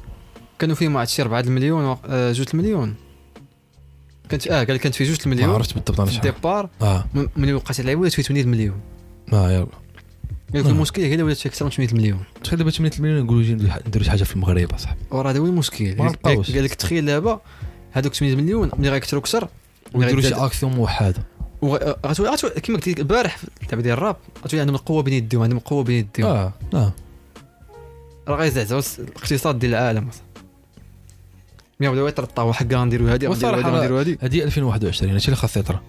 Speaker 2: كانوا فيه ما عرفتش 4 المليون و- آه، 2 المليون كانت اه قال لك كانت فيه 2
Speaker 1: ما
Speaker 2: المليون
Speaker 1: عرفتش بالضبط انا
Speaker 2: في
Speaker 1: شحال
Speaker 2: الديبار
Speaker 1: اه
Speaker 2: م- ملي وقعت اللعيبه ولات فيه 8 مليون
Speaker 1: اه يلا
Speaker 2: قال
Speaker 1: آه.
Speaker 2: لك المشكله هي اللي ولات فيه اكثر من 8 مليون
Speaker 1: تخيل دابا 8 مليون نقولوا جي نديروا شي حاجه في المغرب اصاحبي
Speaker 2: وراه هذا هو المشكل
Speaker 1: ما بقاوش.
Speaker 2: قال لك تخيل دابا هذوك 8 مليون ملي غيكثروا اكثر
Speaker 1: ونديروا شي
Speaker 2: غيزداد-
Speaker 1: اكسيون موحده
Speaker 2: وغ- غتولي غتولي كما قلت لك البارح في اللعبه ديال الراب غتولي عندهم القوه بين يديهم عندهم القوه بين يديهم
Speaker 1: اه اه
Speaker 2: راه غيزعزعوا الس- الاقتصاد ديال العالم اصلا مي بداو يترطاو حق غنديروا هادي غنديروا هادي
Speaker 1: وصراحة
Speaker 2: غنديروا هادي
Speaker 1: هذه 2021 هادشي اللي خاص يطرا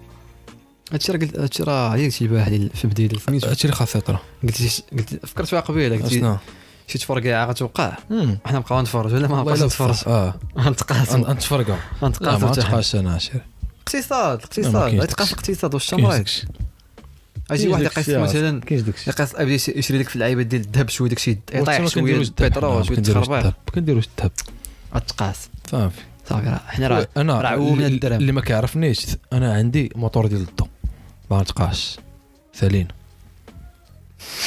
Speaker 2: هادشي راه قلت هادشي راه عليك شي البارح ديال- في البدايه سميتو
Speaker 1: هادشي اللي خاص يطرا نعم.
Speaker 2: قلت شي- قلت فكرت فيها قبيله قلت
Speaker 1: اشنا
Speaker 2: شي تفرقع غتوقع
Speaker 1: مم.
Speaker 2: حنا نبقاو نتفرج ولا ما
Speaker 1: والله الا
Speaker 2: نبقاوش نتفرج
Speaker 1: بصح. اه
Speaker 2: غنتقاسم
Speaker 1: انت فرقه لا ما
Speaker 2: غنتقاسم
Speaker 1: تبقاش انا عشير
Speaker 2: الاقتصاد
Speaker 1: لا، ما
Speaker 2: الاقتصاد
Speaker 1: كاينش
Speaker 2: غيتقاس
Speaker 1: داكشي.
Speaker 2: الاقتصاد واش تمريض اجي واحد يقيس مثلا
Speaker 1: كاينش داكشي
Speaker 2: يقيس ابدا يشري لك في اللعيبه ديال الذهب شويه داكشي يطيح
Speaker 1: وحتى ما
Speaker 2: شويه
Speaker 1: كنديروش الدب. آه، ما
Speaker 2: البترول شويه
Speaker 1: كنديروش
Speaker 2: الخربيق
Speaker 1: الدب. ما كنديروش الدب
Speaker 2: غتقاس
Speaker 1: صافي
Speaker 2: صافي راه حنا راه
Speaker 1: انا
Speaker 2: راه عوم من
Speaker 1: اللي-
Speaker 2: الدرهم.
Speaker 1: اللي ما كيعرفنيش انا عندي موتور ديال الضو ما غنتقاش سالين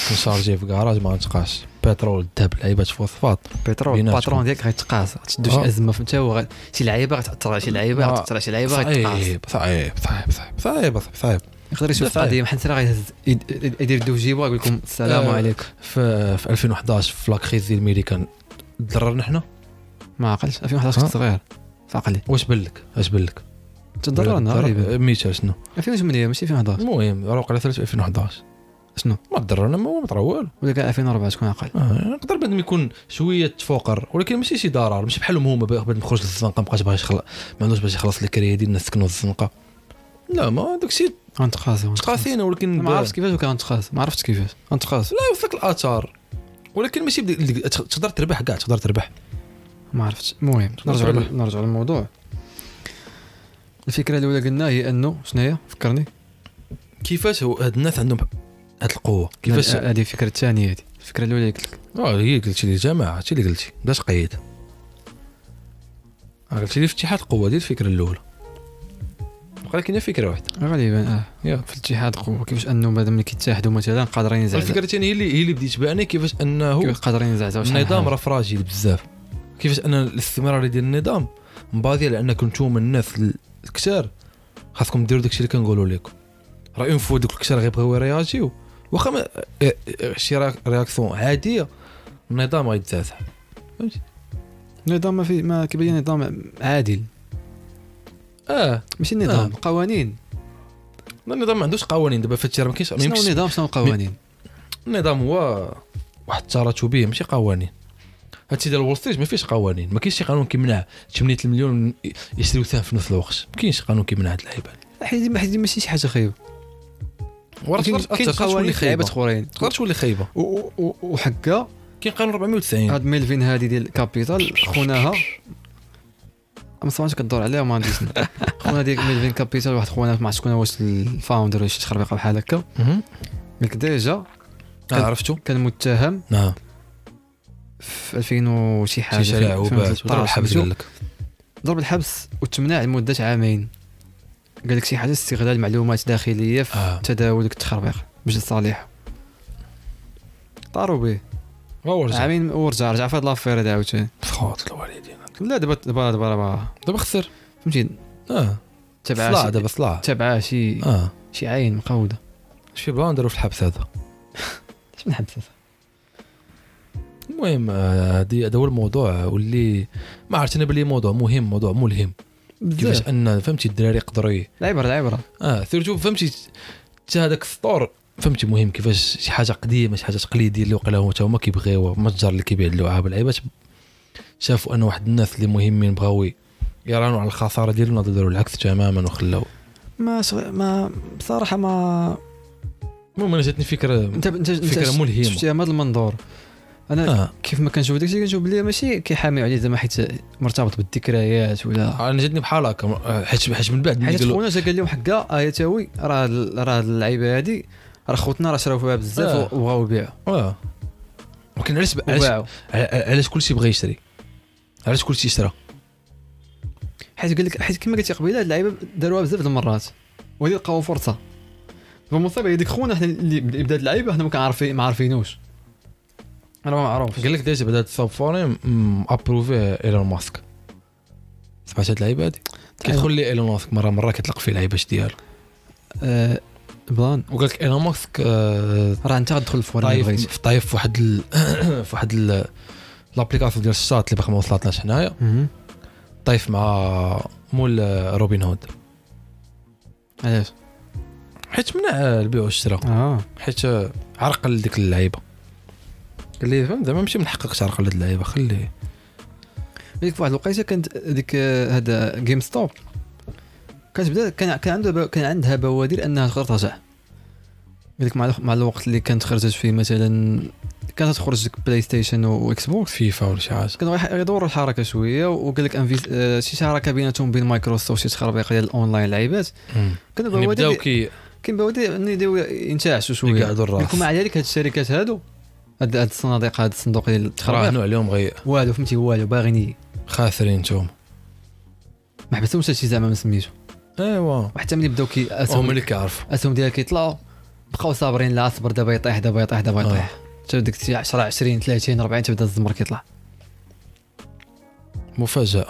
Speaker 1: كنشارجيه في كراج ما غنتقاش بترول الذهب لعيبات فوسفات
Speaker 2: البترول
Speaker 1: بيناتكم.
Speaker 2: الباترون ديالك غيتقاس غتشدو شي
Speaker 1: آه.
Speaker 2: ازمه فهمتها هو غ- شي لعيبه غتاثر على شي لعيبه
Speaker 1: آه.
Speaker 2: غتاثر على شي لعيبه غتقاس
Speaker 1: صعيب صعيب صعيب صعيب صعيب صعيب
Speaker 2: يقدر يشوف
Speaker 1: صعيب.
Speaker 2: قضيه بحال سرا غيهز يد- يدير يدو في جيبو يقول لكم السلام
Speaker 1: آه.
Speaker 2: عليكم
Speaker 1: في في 2011 في لاكريز ديال الميريكان تضررنا حنا
Speaker 2: ما عقلش 2011
Speaker 1: آه.
Speaker 2: كنت صغير فعقلي
Speaker 1: واش بان لك اش بان لك
Speaker 2: تضررنا غريبة
Speaker 1: ميتها شنو
Speaker 2: 2008 ماشي 2011
Speaker 1: المهم روق على 3 2011
Speaker 2: شنو
Speaker 1: ما تضررنا ما ما طرا والو
Speaker 2: ولا كان 2004 تكون عقل
Speaker 1: آه، نقدر بنادم يكون شويه تفوقر ولكن ماشي شي ضرر ماشي بحالهم هما باه- بنادم خرج للزنقه مابقاش باغي يخلق ما عندوش باش يخلص الكريدي الناس سكنوا الزنقه لا ما داكشي
Speaker 2: غنتقاس غنتقاس.
Speaker 1: تقاسينا ولكن
Speaker 2: ما
Speaker 1: ب-
Speaker 2: عرفتش كيفاش وكان غنتقاس ما عرفتش كيفاش غنتقاس
Speaker 1: لا يوثق الاثار ولكن ماشي بديك- بديك- تقدر تربح كاع تقدر تربح
Speaker 2: ما عرفتش المهم نرجع
Speaker 1: تربح.
Speaker 2: نرجع للموضوع الفكره الاولى قلنا هي انه شنو هي فكرني
Speaker 1: كيفاش هو هاد الناس عندهم هاد القوه
Speaker 2: كيفاش
Speaker 1: كيفاش
Speaker 2: هذه الفكره الثانيه هذه الفكره الاولى قلت لك
Speaker 1: اه هي قلتي لي جماعه هادشي اللي قلتي بداش قيد آه، قلتي لي افتتاحات القوه ديال الفكره الاولى بقى كاينه فكره واحده
Speaker 2: غالبا اه
Speaker 1: يا.
Speaker 2: في الاتحاد قوه كيفاش انه بعد ملي كيتحدوا مثلا قادرين يزعزعوا
Speaker 1: الفكره الثانيه هي اللي هي اللي بديت تباني كيفاش انه
Speaker 2: كيفاش قادرين يزعزعوا شحال
Speaker 1: النظام
Speaker 2: حاجة.
Speaker 1: راه فراجيل بزاف كيفاش ان الاستمراريه ديال النظام مباضيه على انكم نتوما الناس ال- الكثار خاصكم ديروا داكشي اللي كنقولوا لكم راه اون فوا دوك الكثار غيبغيو يرياجيو واخا ما- اه- اه- شي را- رياكسيون عاديه النظام غيتزعزع
Speaker 2: النظام ما في ما كيبان لي نظام عادل
Speaker 1: اه
Speaker 2: ماشي النظام قوانين
Speaker 1: النظام ما عندوش قوانين دابا فهادشي راه ما كاينش ما
Speaker 2: شنو
Speaker 1: يمكنش
Speaker 2: هو النظام شنو هو القوانين
Speaker 1: النظام هو واحد التراتبيه ماشي قوانين هادشي ديال وول ستريت ما فيهش قوانين ما كاينش شي قانون كيمنع 8 المليون يشريو سهم في نفس الوقت ما كاينش قانون كيمنع هاد اللعيبه
Speaker 2: حيت ما- حيت ماشي شي حاجه خايبه
Speaker 1: وراه
Speaker 2: كاين-
Speaker 1: تقدر-
Speaker 2: كاين
Speaker 1: تقدر تولي
Speaker 2: قوانين
Speaker 1: خايبه
Speaker 2: خايبه
Speaker 1: تقدر
Speaker 2: اخرين
Speaker 1: تولي خايبه
Speaker 2: و- و- و- وحكا
Speaker 1: كاين قانون 490
Speaker 2: هاد ميلفين هادي ديال كابيتال خونا ها ما سمعتش كدور عليها وما غاديش ن- خونا ديال ميلفين كابيتال واحد خونا ما عرفت شكون هو، واش الفاوندر ولا شي تخربيقه بحال هكا
Speaker 1: مهم.
Speaker 2: ملك ديجا
Speaker 1: آه،
Speaker 2: كان-
Speaker 1: عرفتو
Speaker 2: كان متهم
Speaker 1: نعم
Speaker 2: في 2000 وشي حاجه
Speaker 1: شي شارع
Speaker 2: في- في
Speaker 1: عوبات
Speaker 2: 2013
Speaker 1: وضرب الحبس
Speaker 2: سميتو.
Speaker 1: قال لك
Speaker 2: ضرب الحبس وتمنع لمده عامين قال لك شي حاجه استغلال معلومات داخليه في
Speaker 1: آه.
Speaker 2: تداول ديك التخربيق باش صالح طاروا به
Speaker 1: ورجع
Speaker 2: عامين ورجع رجع في هاد لافير هذا عاوتاني
Speaker 1: فخوت الوالدين
Speaker 2: لا دابا دابا دابا راه
Speaker 1: دابا خسر
Speaker 2: فهمتي
Speaker 1: اه
Speaker 2: تبعها
Speaker 1: صلاع
Speaker 2: شي-
Speaker 1: دابا صلاع
Speaker 2: تبعها شي
Speaker 1: اه
Speaker 2: شي عين مقوده
Speaker 1: شي بلان داروا في الحبس هذا
Speaker 2: اش من حدث
Speaker 1: المهم آه، هادي هذا هو الموضوع واللي ما عرفت انا بلي موضوع مهم موضوع ملهم كيفاش
Speaker 2: بزاف
Speaker 1: ان فهمتي الدراري يقدروا ي-
Speaker 2: العبره العبره
Speaker 1: اه سيرتو فهمتي حتى هذاك السطور فهمتي مهم كيفاش شي حاجه قديمه شي حاجه تقليديه اللي وقع لهم حتى هما كيبغيوها المتجر اللي كيبيع اللعاب العيبات شافوا ان واحد الناس اللي مهمين بغاو يرانوا على الخساره ديالهم ناضي داروا العكس تماما وخلاو
Speaker 2: ما شغ... ما بصراحه ما
Speaker 1: المهم انا جاتني فكره
Speaker 2: انت انت انت
Speaker 1: فكرة ملهمة.
Speaker 2: شفتيها من هذا المنظور انا
Speaker 1: اه
Speaker 2: كيف ما كنشوف داكشي كنشوف بلي ماشي كيحامي عليه زعما حيت مرتبط بالذكريات ولا
Speaker 1: انا جاتني بحال هكا آه، حيت حيت من بعد ملي
Speaker 2: حيت
Speaker 1: قالوا-
Speaker 2: خونا جا قال لهم حكا اه يا تاوي راه ال- راه هاد اللعيبه هادي راه خوتنا راه شراو فيها بزاف
Speaker 1: آه.
Speaker 2: وبغاو يبيعوا
Speaker 1: اه ولكن علاش علاش
Speaker 2: وباعوا
Speaker 1: علاش كلشي بغى يشري علاش كلشي شرا
Speaker 2: حيت قال لك حيت كما قلتي قبيله هاد اللعيبه داروها بزاف د المرات وهادي لقاو فرصه دابا المصيبه هي ديك خونا حنا اللي اللي بدا هاد اللعيبه حنا ما كنعرفين ما عارفينوش انا ما معروفش
Speaker 1: قال لك ديجا بدا الساب فوري ابروفيه ايلون ماسك سمعت هاد اللعيبه هادي
Speaker 2: أيوة.
Speaker 1: كيدخل لي ايلون ماسك مره مره كتلق فيه العيباش ديالو
Speaker 2: آه، بلان
Speaker 1: وقال لك ايلون ماسك آه،
Speaker 2: راه انت غتدخل الفوري اللي بغيتي
Speaker 1: طايف طايف في واحد ال... في واحد ال... لابليكاسيون ديال الشات اللي باقي ما وصلتناش حنايا
Speaker 2: مهم.
Speaker 1: طايف مع مول آه، روبن هود
Speaker 2: علاش
Speaker 1: حيت منع آه، البيع والشراء
Speaker 2: اه
Speaker 1: حيت آه، عرقل ديك اللعيبه قال لي فهم زعما ماشي من حقك تعرقل هاد اللعيبه خليه
Speaker 2: ديك في واحد الوقيته كانت ديك آه، هذا جيم ستوب كانت بدا كان كان عندها ب- كان عندها بوادر انها تقدر ترجع قال لك مع الوق- مع الوقت اللي كانت خرجت فيه مثلا كانت تخرج ديك بلاي ستيشن واكس بوكس
Speaker 1: فيفا ولا شي حاجه
Speaker 2: كانوا راح يدوروا الحركه شويه وقال لك انفيس- آه، شي شراكه بيناتهم بين مايكروسوفت شي تخربيق ديال الاونلاين لعيبات كانوا
Speaker 1: يعني بداو
Speaker 2: بوادر
Speaker 1: كي
Speaker 2: كاين بوادر إن يديو ينتعشوا شويه
Speaker 1: يقعدوا الراس
Speaker 2: لكن مع ذلك هاد الشركات هادو هاد هاد الصناديق هاد الصندوق ديال التخربيق
Speaker 1: راهنوا عليهم غي
Speaker 2: والو فهمتي والو باغي ني
Speaker 1: خاسرين نتوما
Speaker 2: ما حبسهمش هادشي زعما ما سميتو
Speaker 1: ايوا
Speaker 2: وحتى ملي بداو كي
Speaker 1: هما
Speaker 2: اسهم
Speaker 1: اللي كيعرفوا
Speaker 2: اسهم ديالها كيطلعوا بقاو صابرين لا صبر دابا يطيح دابا يطيح دابا يطيح
Speaker 1: آه.
Speaker 2: حتى ديك شي 10 20 30 40 تبدا الزمر كيطلع
Speaker 1: مفاجاه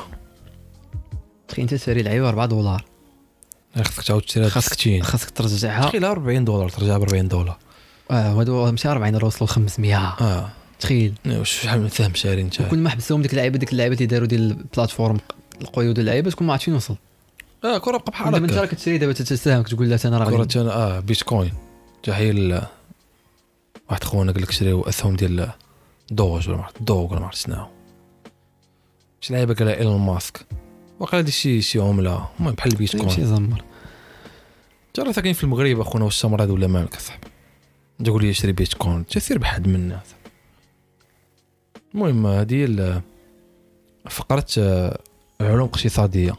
Speaker 2: تخيل انت تشري لعيبه 4 دولار
Speaker 1: خاصك تعاود تشري هاد
Speaker 2: خاصك-
Speaker 1: 60
Speaker 2: خاصك ترجعها
Speaker 1: إيه. تخيل 40 دولار ترجع ب 40 دولار
Speaker 2: اه هادو ماشي 40 راه وصلوا 500
Speaker 1: اه
Speaker 2: تخيل
Speaker 1: إيوا، شحال من سهم شاري انت
Speaker 2: كل ما حبسهم ديك اللعيبه ديك اللعيبه اللي داروا ديال البلاتفورم القيود اللعيبه تكون ما عرفتش فين وصل
Speaker 1: اه كره بقى بحال
Speaker 2: دابا انت راه
Speaker 1: هكا
Speaker 2: كتشري دابا تتساهمك تقول لا انا راه
Speaker 1: كره
Speaker 2: غادي
Speaker 1: تانا اه بيتكوين تحيه ل- واحد خونا قال لك شريو اسهم ديال دوج ولا ما عرفت دوغ ولا ما عرفت شناهو شي لعيبه قالها ايلون ماسك وقال هادي شي شي عمله المهم بحال البيتكوين
Speaker 2: ماشي زمر
Speaker 1: انت راه ساكن في المغرب اخونا واش مرض ولا مالك اصاحبي انت قول لي اشري بيتكوين انت سير بحد من الناس المهم هذه هي ال- فقرة آه، علوم اقتصادية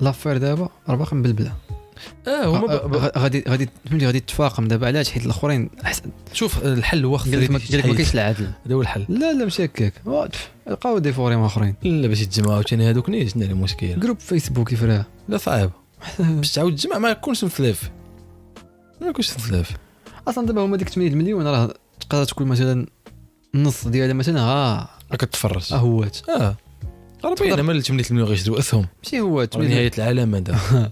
Speaker 2: لافير دابا راه باقي مبلبله
Speaker 1: اه
Speaker 2: آه،
Speaker 1: هما
Speaker 2: آه،
Speaker 1: ب... ب...
Speaker 2: غ- غادي غادي فهمتي غادي تفاقم دابا علاش حيت الاخرين أحسن-
Speaker 1: شوف الحل هو خص
Speaker 2: قال لك ما قال لك ما كاينش
Speaker 1: هذا
Speaker 2: العدل
Speaker 1: هو الحل
Speaker 2: لا لا ماشي هكاك واتف، لقاو دي فوريم اخرين
Speaker 1: لا باش يتجمعوا عاوتاني هذوك نيش عندنا المشكل
Speaker 2: جروب فيسبوك يفراه
Speaker 1: لا صعيب باش تعاود تجمع ما يكونش مثلاف ما يكونش مثلاف
Speaker 2: اصلا دابا هما ديك 8 مليون راه تقدر تكون مثلا النص ديالها مثلا ها
Speaker 1: ما كتفرج اه
Speaker 2: هوات
Speaker 1: راه باينه مال 8 مليون غيشريو اسهم
Speaker 2: ماشي هوات
Speaker 1: نهاية العالم هذا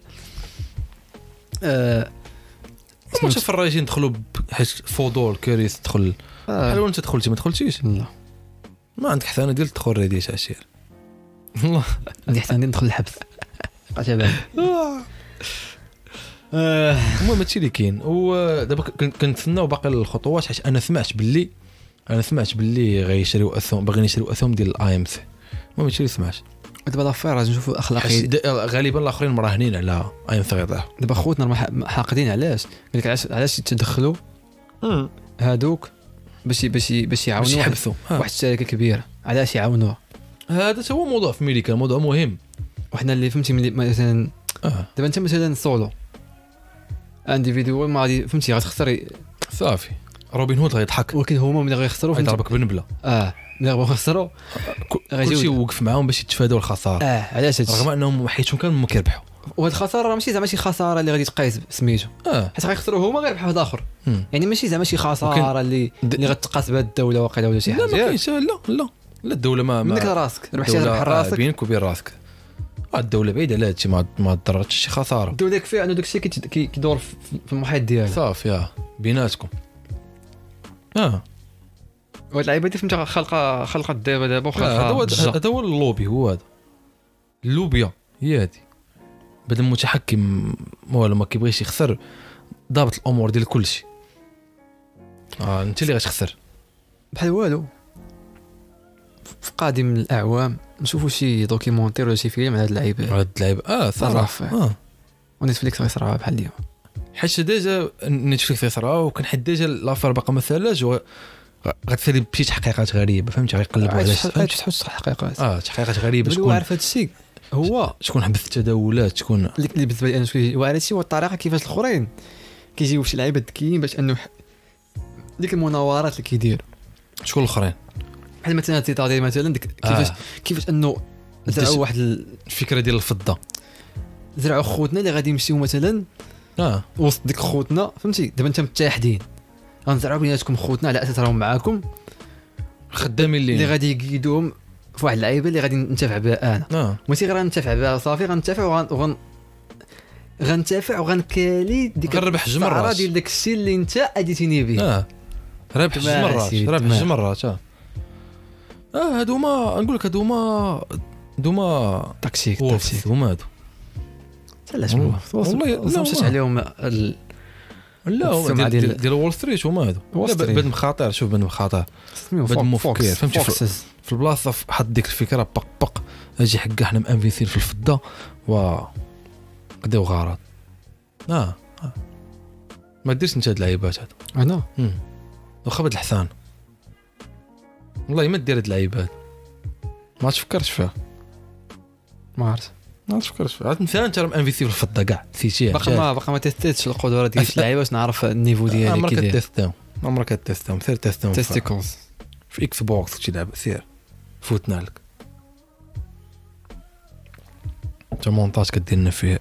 Speaker 2: آه،
Speaker 1: هما الفراجين دخلوا ب- حيت فضول كوريس تدخل
Speaker 2: آه،
Speaker 1: حلو انت دخلتي ما دخلتيش
Speaker 2: لا
Speaker 1: ما عندك حتى انا ديال تدخل ريديش عشير والله
Speaker 2: غادي حتى ندخل الحبس عتبان آه،
Speaker 1: المهم هادشي اللي كاين ودابا كن- كنتسناو باقي الخطوات حيت انا سمعت باللي انا سمعت باللي غيشريو اسهم باغيين يشريو اسهم ديال الاي ام سي المهم هادشي اللي سمعت
Speaker 2: دابا لافير غادي نشوفوا
Speaker 1: حيت
Speaker 2: اخلاقي
Speaker 1: د- غالبا الاخرين مراهنين على اي ام سي غيضيعوا
Speaker 2: دابا خوتنا راه مح- حاقدين علاش قال لك علاش علاش يتدخلوا هادوك باش باش باش
Speaker 1: باش
Speaker 2: يعاونوا واحد
Speaker 1: يحبسوا ها.
Speaker 2: واحد الشركه كبيره علاش يعاونوها
Speaker 1: هذا تا هو موضوع في امريكا موضوع مهم
Speaker 2: وحنا اللي فهمتي ملي مثلا
Speaker 1: اه
Speaker 2: دابا انت مثلا سولو انديفيدوال ما غادي فهمتي غتخسر
Speaker 1: صافي روبن هود غيضحك
Speaker 2: ولكن هما ملي غيخسروا فهمتي
Speaker 1: غيضربك بنبله
Speaker 2: اه ملي غيبغيو يخسروا غيجيو
Speaker 1: كلشي
Speaker 2: يدافع.
Speaker 1: وقف معاهم باش يتفاداو الخساره
Speaker 2: اه علاش
Speaker 1: رغم
Speaker 2: هادشي
Speaker 1: انهم حيتهم كانوا ما كيربحوا
Speaker 2: وهاد الخساره راه ماشي زعما شي خساره اللي غادي تقايس سميتو
Speaker 1: اه
Speaker 2: حيت غيخسروا هما غير بحال واحد اخر
Speaker 1: مم.
Speaker 2: يعني ماشي زعما شي خساره اللي
Speaker 1: د-
Speaker 2: اللي غتقاس بها الدوله واقيلا ولا شي
Speaker 1: لا ما
Speaker 2: حاجه
Speaker 1: كاينش لا لا لا الدوله ما
Speaker 2: منك
Speaker 1: ما
Speaker 2: لراسك ربحتي
Speaker 1: الدولة-
Speaker 2: ربح
Speaker 1: آه،
Speaker 2: راسك
Speaker 1: بينك وبين راسك آه، الدوله بعيده على هادشي ما ما ضرتش شي خساره
Speaker 2: الدوله كفايه انه داكشي كيت- كي- كيدور في في المحيط ديالها
Speaker 1: صافي اه بيناتكم اه
Speaker 2: وهاد اللعيبه دي فهمتي خلقه خلقه الدابه دابا
Speaker 1: آه، هذا هو
Speaker 2: الضجة.
Speaker 1: هذا هو اللوبي هو هذا اللوبيا هي هذه بدا المتحكم والو ما كيبغيش يخسر ضابط الامور ديال كلشي اه انت اللي غتخسر
Speaker 2: بحال والو في قادم الاعوام نشوفوا شي دوكيمونتير ولا شي فيلم على هاد اللعيبه
Speaker 1: على اللعيبه اه صراحه
Speaker 2: صراحة.
Speaker 1: اه
Speaker 2: ونتفليكس غيصرعها بحال اليوم
Speaker 1: حيت ديجا نتفليكس يصرا وكنحيد ديجا لافير باقا ما سالاش و غ- غتسالي بشي تحقيقات غريبه فهمتي غيقلبوا على شي-
Speaker 2: عاد
Speaker 1: فهمت؟
Speaker 2: تحس الحقيقات
Speaker 1: اه تحقيقات غريبه
Speaker 2: هو
Speaker 1: شكون
Speaker 2: عارف هادشي هو
Speaker 1: شكون حبس التداولات شكون
Speaker 2: اللي اللي بالنسبه لي انا شكون هو هادشي هو الطريقه كيفاش الاخرين كيجيو شي لعيبه ذكيين باش انه ح- ديك المناورات اللي كيديروا
Speaker 1: شكون الاخرين
Speaker 2: بحال مثلا تيتادي مثلا ديك كيفاش
Speaker 1: آه.
Speaker 2: كيفاش انه زرعوا
Speaker 1: ديس-
Speaker 2: واحد ال-
Speaker 1: الفكره ديال الفضه
Speaker 2: زرعوا خوتنا اللي غادي يمشيو مثلا
Speaker 1: اه
Speaker 2: وسط ديك خوتنا فهمتي دابا انت متحدين غنزرعوا بيناتكم خوتنا على اساس راهم معاكم
Speaker 1: خدامين
Speaker 2: اللي
Speaker 1: اللي
Speaker 2: غادي يقيدوهم في واحد اللعيبه اللي غادي ننتفع بها انا
Speaker 1: اه
Speaker 2: ماشي غير غننتفع بها صافي غننتفع وغن وغن غنتفع وغنكالي ديك
Speaker 1: غنربح جوج
Speaker 2: الصعرة
Speaker 1: مرات
Speaker 2: ديال داك الشيء اللي انت اديتيني به
Speaker 1: اه رابح جوج
Speaker 2: دماغ
Speaker 1: مرات
Speaker 2: سيدي،
Speaker 1: رابح
Speaker 2: دماغ.
Speaker 1: جوج مرات اه اه هادو هما نقول لك هادو هما هادو هما
Speaker 2: تاكسيك
Speaker 1: وولفز
Speaker 2: تاكسيك
Speaker 1: هما هادو
Speaker 2: علاش
Speaker 1: والله-
Speaker 2: ما
Speaker 1: والله-
Speaker 2: والله
Speaker 1: لا
Speaker 2: ما مشات
Speaker 1: والله.
Speaker 2: عليهم آه، ال-
Speaker 1: لا هما
Speaker 2: السمعة
Speaker 1: ديال
Speaker 2: ديال-
Speaker 1: ديال- ديال وول ستريت هما هادو
Speaker 2: وول
Speaker 1: لا، ب-
Speaker 2: ستريت.
Speaker 1: بنادم خطير شوف بنادم خطير
Speaker 2: سميو
Speaker 1: بعد
Speaker 2: فوك-
Speaker 1: المفكر،
Speaker 2: فوكس،
Speaker 1: فهمتي؟
Speaker 2: فوكسز.
Speaker 1: في البلاصه ف- حط ديك الفكره بق بق اجي حقا حنا مانفيسير في الفضه و قداو غارات آه. اه ما ديرش انت هاد اللعيبات هادو
Speaker 2: انا
Speaker 1: مم. واخا بهاد الحسان والله ما دير هاد اللعيبات ما تفكرش فيها
Speaker 2: ما عرفت
Speaker 1: ما تفكرش فيها عاد مثلا انت راه مانفيسي في الفضه كاع نسيتيه
Speaker 2: باقي ما باقي ما تيستيتش القدره ديال
Speaker 1: أس-
Speaker 2: اللعيبه باش نعرف النيفو ديالي
Speaker 1: عمرك
Speaker 2: كي داير
Speaker 1: تيستهم عمرك تيستهم سير تيستهم في,
Speaker 2: تيستيكلز
Speaker 1: في اكس بوكس شي لعبه سير فوتنا لك انت مونتاج كدير لنا فيه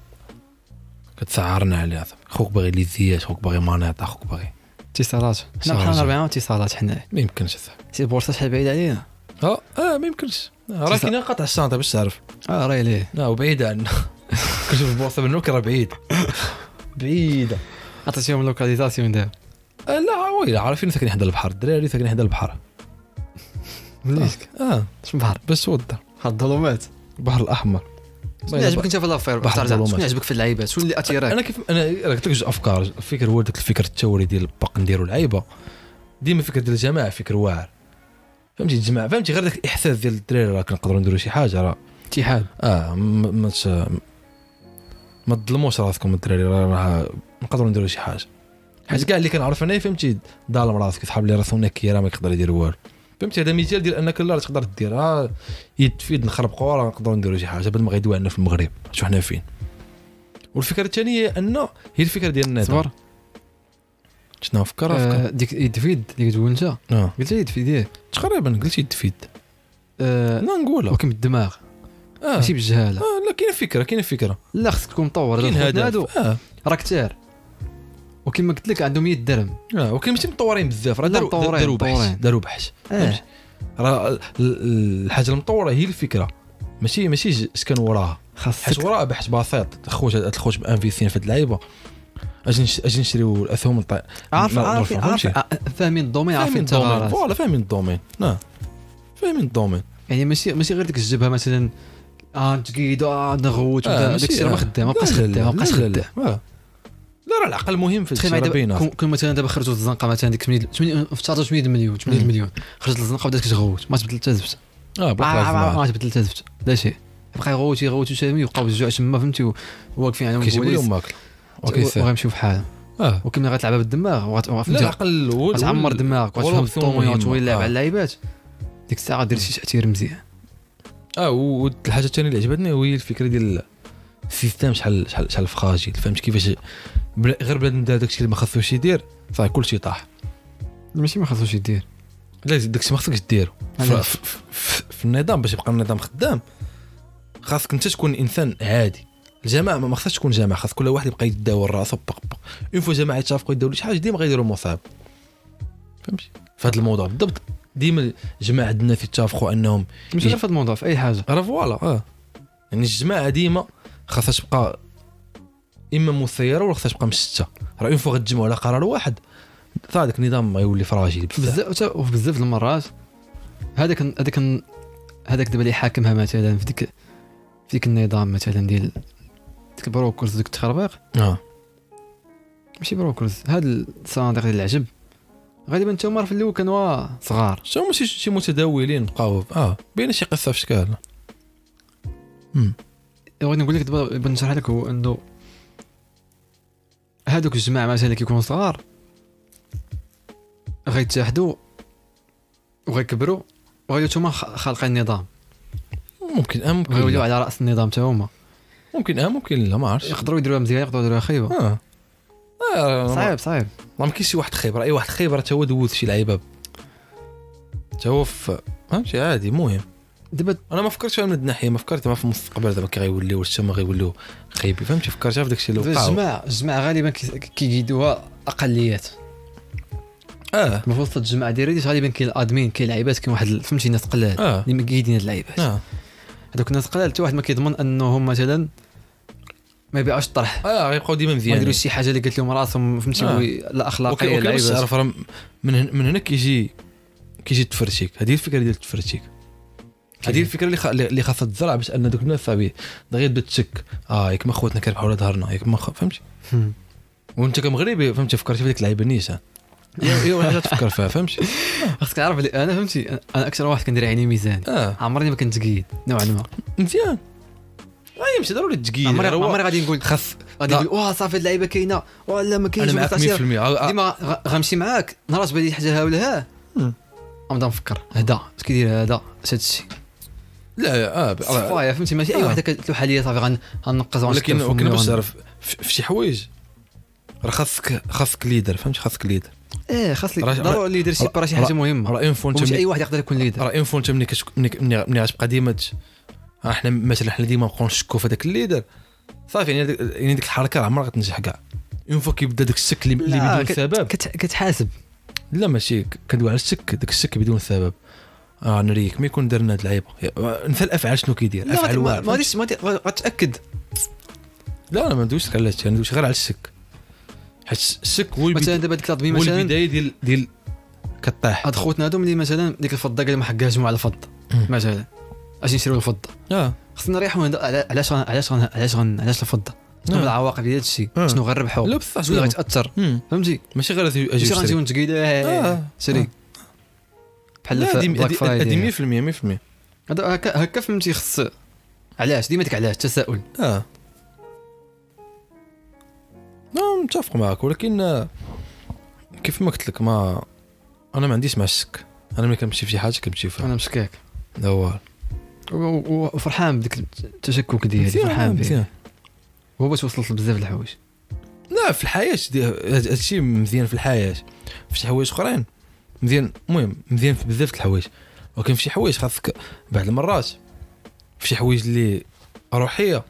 Speaker 1: كتسعرنا عليها صاحبي. خوك باغي ليزيات خوك باغي مانيطا خوك باغي
Speaker 2: اتصالات حنا
Speaker 1: صراحة.
Speaker 2: بحال 40 اتصالات حنا
Speaker 1: ما يمكنش اصاحبي
Speaker 2: سي بورصه شحال بعيد علينا
Speaker 1: اه اه ما يمكنش راه
Speaker 2: تسع-
Speaker 1: كاين قطع الشنطه باش تعرف
Speaker 2: اه راه ليه
Speaker 1: لا وبعيد عنا كنت في البورصه من راه بعيد بعيده
Speaker 2: عطيتيهم لوكاليزاسيون دابا
Speaker 1: آه لا ويلي عارفين ساكنين حدا البحر الدراري ساكنين حدا البحر
Speaker 2: منيح
Speaker 1: اه
Speaker 2: شنو بحر
Speaker 1: بس وضح
Speaker 2: هاد الظلمات
Speaker 1: البحر الاحمر
Speaker 2: شنو
Speaker 1: يلا
Speaker 2: عجبك انت في لافير
Speaker 1: بحر
Speaker 2: بحر الظلمات شنو
Speaker 1: الظلمات.
Speaker 2: عجبك في اللعيبه شنو اللي اثيرك
Speaker 1: انا كيف انا راه قلت لك جوج افكار الفكر هو داك الفكر الثوري ديال باق نديروا لعيبه ديما فكر ديال الجماعه فكر واعر فهمتي الجماعه فهمتي غير داك الاحساس ديال الدراري راه كنقدروا نديروا شي حاجه راه
Speaker 2: اتحاد
Speaker 1: اه ما ما تش- ما تظلموش راسكم الدراري راه راه نقدروا نديروا شي حاجه حيت كاع اللي كنعرف انا فهمتي ظالم راسك صحاب لي راسو نكيه راه ما يقدر يدير والو فهمتي هذا مثال ديال انك لا راه تقدر دير راه يد في يد نخربقوا راه نقدروا نديروا شي حاجه بل ما غيدوي عندنا في المغرب شو حنا فين والفكره الثانيه هي ان هي الفكره ديال النظام
Speaker 2: صبر
Speaker 1: شنو فكر فكر
Speaker 2: آه، ديك يدفيد اللي كتقول انت
Speaker 1: اه
Speaker 2: قلت لي يدفيد ياك
Speaker 1: تقريبا قلت يد في يد
Speaker 2: آه،
Speaker 1: لا نقولها
Speaker 2: ولكن بالدماغ
Speaker 1: اه
Speaker 2: ماشي بالجهاله
Speaker 1: آه، لا كاينه فكره كاينه فكره
Speaker 2: لا خصك تكون مطور
Speaker 1: كاين
Speaker 2: هاد الخوت هادو
Speaker 1: هدف اه
Speaker 2: راه كثار وكما قلت لك عندهم 100 درهم
Speaker 1: اه ولكن ماشي مطورين بزاف راه
Speaker 2: لا،
Speaker 1: داروا
Speaker 2: مطورين،
Speaker 1: داروا بحث
Speaker 2: مطورين.
Speaker 1: داروا بحث فهمتي؟ راه ال- ال- الحاجه المطوره هي الفكره ماشي ماشي ج- اش كان وراها حيت
Speaker 2: خاصك
Speaker 1: وراها بحث بسيط خوت هاد الخوت مانفيسين في هاد اللعيبه اجي نش- اجي نشريو الاسهم نط-
Speaker 2: عارف
Speaker 1: ما- ما
Speaker 2: عارف
Speaker 1: نفهمهمش.
Speaker 2: عارف آه، فاهمين الدومين عارفين
Speaker 1: فاهمين الدومين
Speaker 2: الثغرات
Speaker 1: فوالا فاهمين الدومين اه فاهمين الدومين
Speaker 2: يعني ماشي ماشي غير ديك الجبهه مثلا اه نتقيد اه نغوت
Speaker 1: آه،
Speaker 2: آه
Speaker 1: ماشي-
Speaker 2: داك الشيء راه ما
Speaker 1: آه.
Speaker 2: خدام ما بقاش
Speaker 1: لا، لا، لا،
Speaker 2: خدام ما بقاش
Speaker 1: لا، لا،
Speaker 2: خدام
Speaker 1: لا. آه. لا راه العقل مهم في
Speaker 2: تخيل
Speaker 1: هادشي
Speaker 2: معايا
Speaker 1: راه
Speaker 2: دابا كون-
Speaker 1: باينه
Speaker 2: كون مثلا دابا خرجوا الزنقه مثلا ديك 8 8 افترضوا 8 مليون 8
Speaker 1: مم.
Speaker 2: مليون خرجت الزنقه وبدات كتغوت ما تبدل حتى زفت
Speaker 1: اه
Speaker 2: آه،
Speaker 1: بقى
Speaker 2: آه، آه،
Speaker 1: لازم
Speaker 2: ما تبدل حتى زفت لا شيء بقى يغوت يغوت وسامي وبقاو الجوع تما فهمتي واقفين عليهم
Speaker 1: كيجيبوا
Speaker 2: البوليس
Speaker 1: لهم ماكله اوكي سير.
Speaker 2: وغيمشيو بحال
Speaker 1: اه
Speaker 2: وكما غتلعبها بالدماغ وغت-
Speaker 1: لا
Speaker 2: وغفهمتي
Speaker 1: العقل هو-
Speaker 2: غتعمر
Speaker 1: هو-
Speaker 2: دماغك
Speaker 1: هو
Speaker 2: وغتفهم
Speaker 1: الأوبسيون
Speaker 2: الطومين
Speaker 1: مهمة.
Speaker 2: وغتولي تلعب
Speaker 1: آه.
Speaker 2: على اللعيبات ديك الساعه غدير شي تعتير مزيان
Speaker 1: اه والحاجه الثانيه اللي عجبتني هي الفكره ديال السيستم شحال شحال شحال فخاجيل فهمت كيفاش بلا- غير بلا دار داكشي اللي ما خصوش يدير صافي كلشي طاح
Speaker 2: ماشي ما خاصوش يدير
Speaker 1: لا داكشي ما خصكش ديرو ف-
Speaker 2: علاش؟
Speaker 1: ف- ف- ف- في النظام باش يبقى النظام خدام خاصك انت تكون انسان عادي الجماعه ما ما خصهاش تكون جماعه خاص كل واحد يبقى يداور راسو بق بق اون فوا جماعه يتفقوا يداولوا شي حاجه ديما غيديروا مصاب فهمتي في هذا الموضوع بالضبط ديما جماعه د الناس يتفقوا انهم
Speaker 2: ماشي غير في هذا الموضوع في اي حاجه
Speaker 1: راه فوالا اه يعني الجماعه ديما خاصها تبقى اما مسيره ولا خاصها تبقى مشتته راه اون فوا غتجمعوا على قرار واحد صافي داك النظام غيولي فراجيل بزاف
Speaker 2: بزاف تا- وفي بزاف د المرات هذاك هذاك هذاك دابا اللي حاكمها مثلا في ديك في ديك النظام مثلا ديال ديك البروكرز ديك التخربيق
Speaker 1: اه
Speaker 2: ماشي بروكرز هاد الصناديق ديال العجب غالبا انت هما في الاول كانوا آه، صغار
Speaker 1: شو هما شي شي متداولين بقاو اه بين شي قصه في شكل
Speaker 2: بغيت نقول إيه، لك دابا بغيت نشرح لك هو انه هادوك الجماعه مثلا اللي كيكونوا صغار غيتحدوا وغيكبروا وغيوليو هما خ- خالقين النظام
Speaker 1: ممكن اه ممكن
Speaker 2: غيوليو
Speaker 1: لا.
Speaker 2: على راس النظام حتى هما
Speaker 1: ممكن اه ممكن لا ما عرفتش
Speaker 2: يقدروا يديروها مزيان يقدروا يديروها خايبه
Speaker 1: اه آه، ما-
Speaker 2: صعيب صعيب
Speaker 1: ما كاينش شي واحد خبره اي واحد خبره تا هو دوز شي لعيبه تا هو في- فهمتي عادي مهم
Speaker 2: دابا
Speaker 1: انا ما فكرتش من هاد الناحيه ما فكرت ما في المستقبل دابا كي غيوليو حتى ما غيوليو خايبين فهمتي فكرت في داكشي اللي وقع
Speaker 2: الجماعه الجماعه غالبا كي- كيقيدوها اقليات
Speaker 1: اه
Speaker 2: في وسط الجماعه ديالي غالبا كاين الادمين كاين لعيبات كاين واحد ال- فهمتي ناس قلال
Speaker 1: اه
Speaker 2: اللي مقيدين هاد اللعيبات
Speaker 1: اه
Speaker 2: هذوك الناس قلال حتى واحد ما كيضمن انهم مثلا ما يبيعوش الطرح
Speaker 1: اه غيبقاو ديما
Speaker 2: ما
Speaker 1: مزيانين
Speaker 2: يديروش شي حاجه اللي قالت لهم راسهم فهمتي
Speaker 1: آه.
Speaker 2: وي- لا
Speaker 1: وكاين-
Speaker 2: اخلاقيه
Speaker 1: وكاين
Speaker 2: لا
Speaker 1: باش
Speaker 2: عباس
Speaker 1: تعرف راه من هن- من هنا كيجي كيجي التفرتيك هذه الفكره ديال التفرتيك هذه الفكره اللي خ- اللي اللي خاصها تزرع باش ان دوك الناس صافي غير تبدا تشك اه ياك ما خواتنا كربحوا على ظهرنا ياك ما خ- فهمتي
Speaker 2: هم.
Speaker 1: وانت كمغربي فهمتي فكرتي في ديك اللعيبه نيشان هي هي حاجه تفكر فيها فهمتي
Speaker 2: خاصك تعرف اللي انا فهمتي انا اكثر واحد كندير عيني ميزان
Speaker 1: اه
Speaker 2: عمرني ما كنت قيد نوعا ما
Speaker 1: مزيان غير ماشي ضروري تجي
Speaker 2: عمري عمري غادي نقول
Speaker 1: خاص
Speaker 2: غادي
Speaker 1: إيه، لا.
Speaker 2: نقول واه صافي هاد اللعيبه كاينه ولا ما كاينش
Speaker 1: انا
Speaker 2: ما
Speaker 1: معاك 100%
Speaker 2: قطعتش ليها.
Speaker 1: آه، آه،
Speaker 2: ديما غ- غنمشي معاك نهار تبان لي حاجه ها ولا ها
Speaker 1: مم.
Speaker 2: غنبدا نفكر هدا اش كيدير هذا اش هادشي
Speaker 1: لا اه آه،
Speaker 2: صفايا فهمتي ماشي اي
Speaker 1: آه.
Speaker 2: واحد قالت له حاليا صافي غن- غنقز
Speaker 1: ولكن ولكن أه، باش تعرف في في شي حوايج راه خاصك خاصك ليدر فهمتي خاصك ليدر
Speaker 2: ايه خاص لي
Speaker 1: راه-
Speaker 2: ضروري اللي يدير شي
Speaker 1: راه-
Speaker 2: برا شي حاجه
Speaker 1: راه-
Speaker 2: مهمه
Speaker 1: راه اون فوا
Speaker 2: ومش
Speaker 1: انت
Speaker 2: اي واحد يقدر يكون ليدر
Speaker 1: راه اون فوا انت ملي كتك- ملي ك- ملي ملي غتبقى ديما تش- آه، حنا مثلا حنا ديما نبقاو نشكو في هذاك الليدر صافي يعني داك- يعني ديك الحركه راه عمرها غتنجح كاع اون فوا كيبدا داك الشك اللي اللي
Speaker 2: لا،
Speaker 1: بدون
Speaker 2: كت-
Speaker 1: سبب
Speaker 2: كت- كتحاسب
Speaker 1: لا ماشي ك- كندوي على الشك داك الشك بدون سبب اه نريك ما يكون درنا هاد اللعيبه يا- نسى الافعال شنو كيدير
Speaker 2: لا
Speaker 1: افعال
Speaker 2: ما-
Speaker 1: واعر
Speaker 2: ما غاديش ما غادي- غتاكد
Speaker 1: لا انا ما ندويش على هادشي انا ندويش غير على الشك حيت الشك هو البدا-
Speaker 2: مثلا دابا ديك الطبيب
Speaker 1: هو
Speaker 2: مثلا
Speaker 1: البدايه ديال ديال كطيح
Speaker 2: هاد خوتنا هادو ملي مثلا ديك الفضه قال لهم حقها جمعوا على الفضه
Speaker 1: مم.
Speaker 2: مثلا اجي نشريو الفضه
Speaker 1: اه
Speaker 2: خصنا نريحوا هذا على- علاش غن- علاش غن- علاش غن- علاش الفضه شنو
Speaker 1: نعم.
Speaker 2: هما العواقب ديال هادشي
Speaker 1: آه.
Speaker 2: شنو غنربحوا
Speaker 1: لا بصح
Speaker 2: شنو اللي غتاثر
Speaker 1: مم.
Speaker 2: فهمتي
Speaker 1: ماشي غير اجي
Speaker 2: ماشي
Speaker 1: أشتري.
Speaker 2: غنجيو نتقيد آه،
Speaker 1: آه.
Speaker 2: شري
Speaker 1: آه.
Speaker 2: بحال
Speaker 1: لا
Speaker 2: في
Speaker 1: هادي
Speaker 2: بلاك
Speaker 1: هادي- هادي
Speaker 2: فرايداي
Speaker 1: 100%
Speaker 2: هذا هكا هكا فهمتي خص علاش ديما ديك علاش تساؤل
Speaker 1: 100% اه لا متفق معك ولكن آه، كيف ما قلت لك ما انا ما عنديش مع الشك انا ملي كنمشي في شي حاجه كنمشي فيها
Speaker 2: انا مشكاك
Speaker 1: هذا هو
Speaker 2: و- و- وفرحان بديك التشكك ديالي
Speaker 1: مزيان،
Speaker 2: فرحان به
Speaker 1: مزيان.
Speaker 2: هو باش وصلت لبزاف د الحوايج
Speaker 1: لا في الحياه دي- هاد- هادشي مزيان في الحياه في شي حوايج اخرين مزيان المهم مزيان في بزاف د الحوايج ولكن في شي حوايج خاصك بعض المرات في شي حوايج اللي روحيه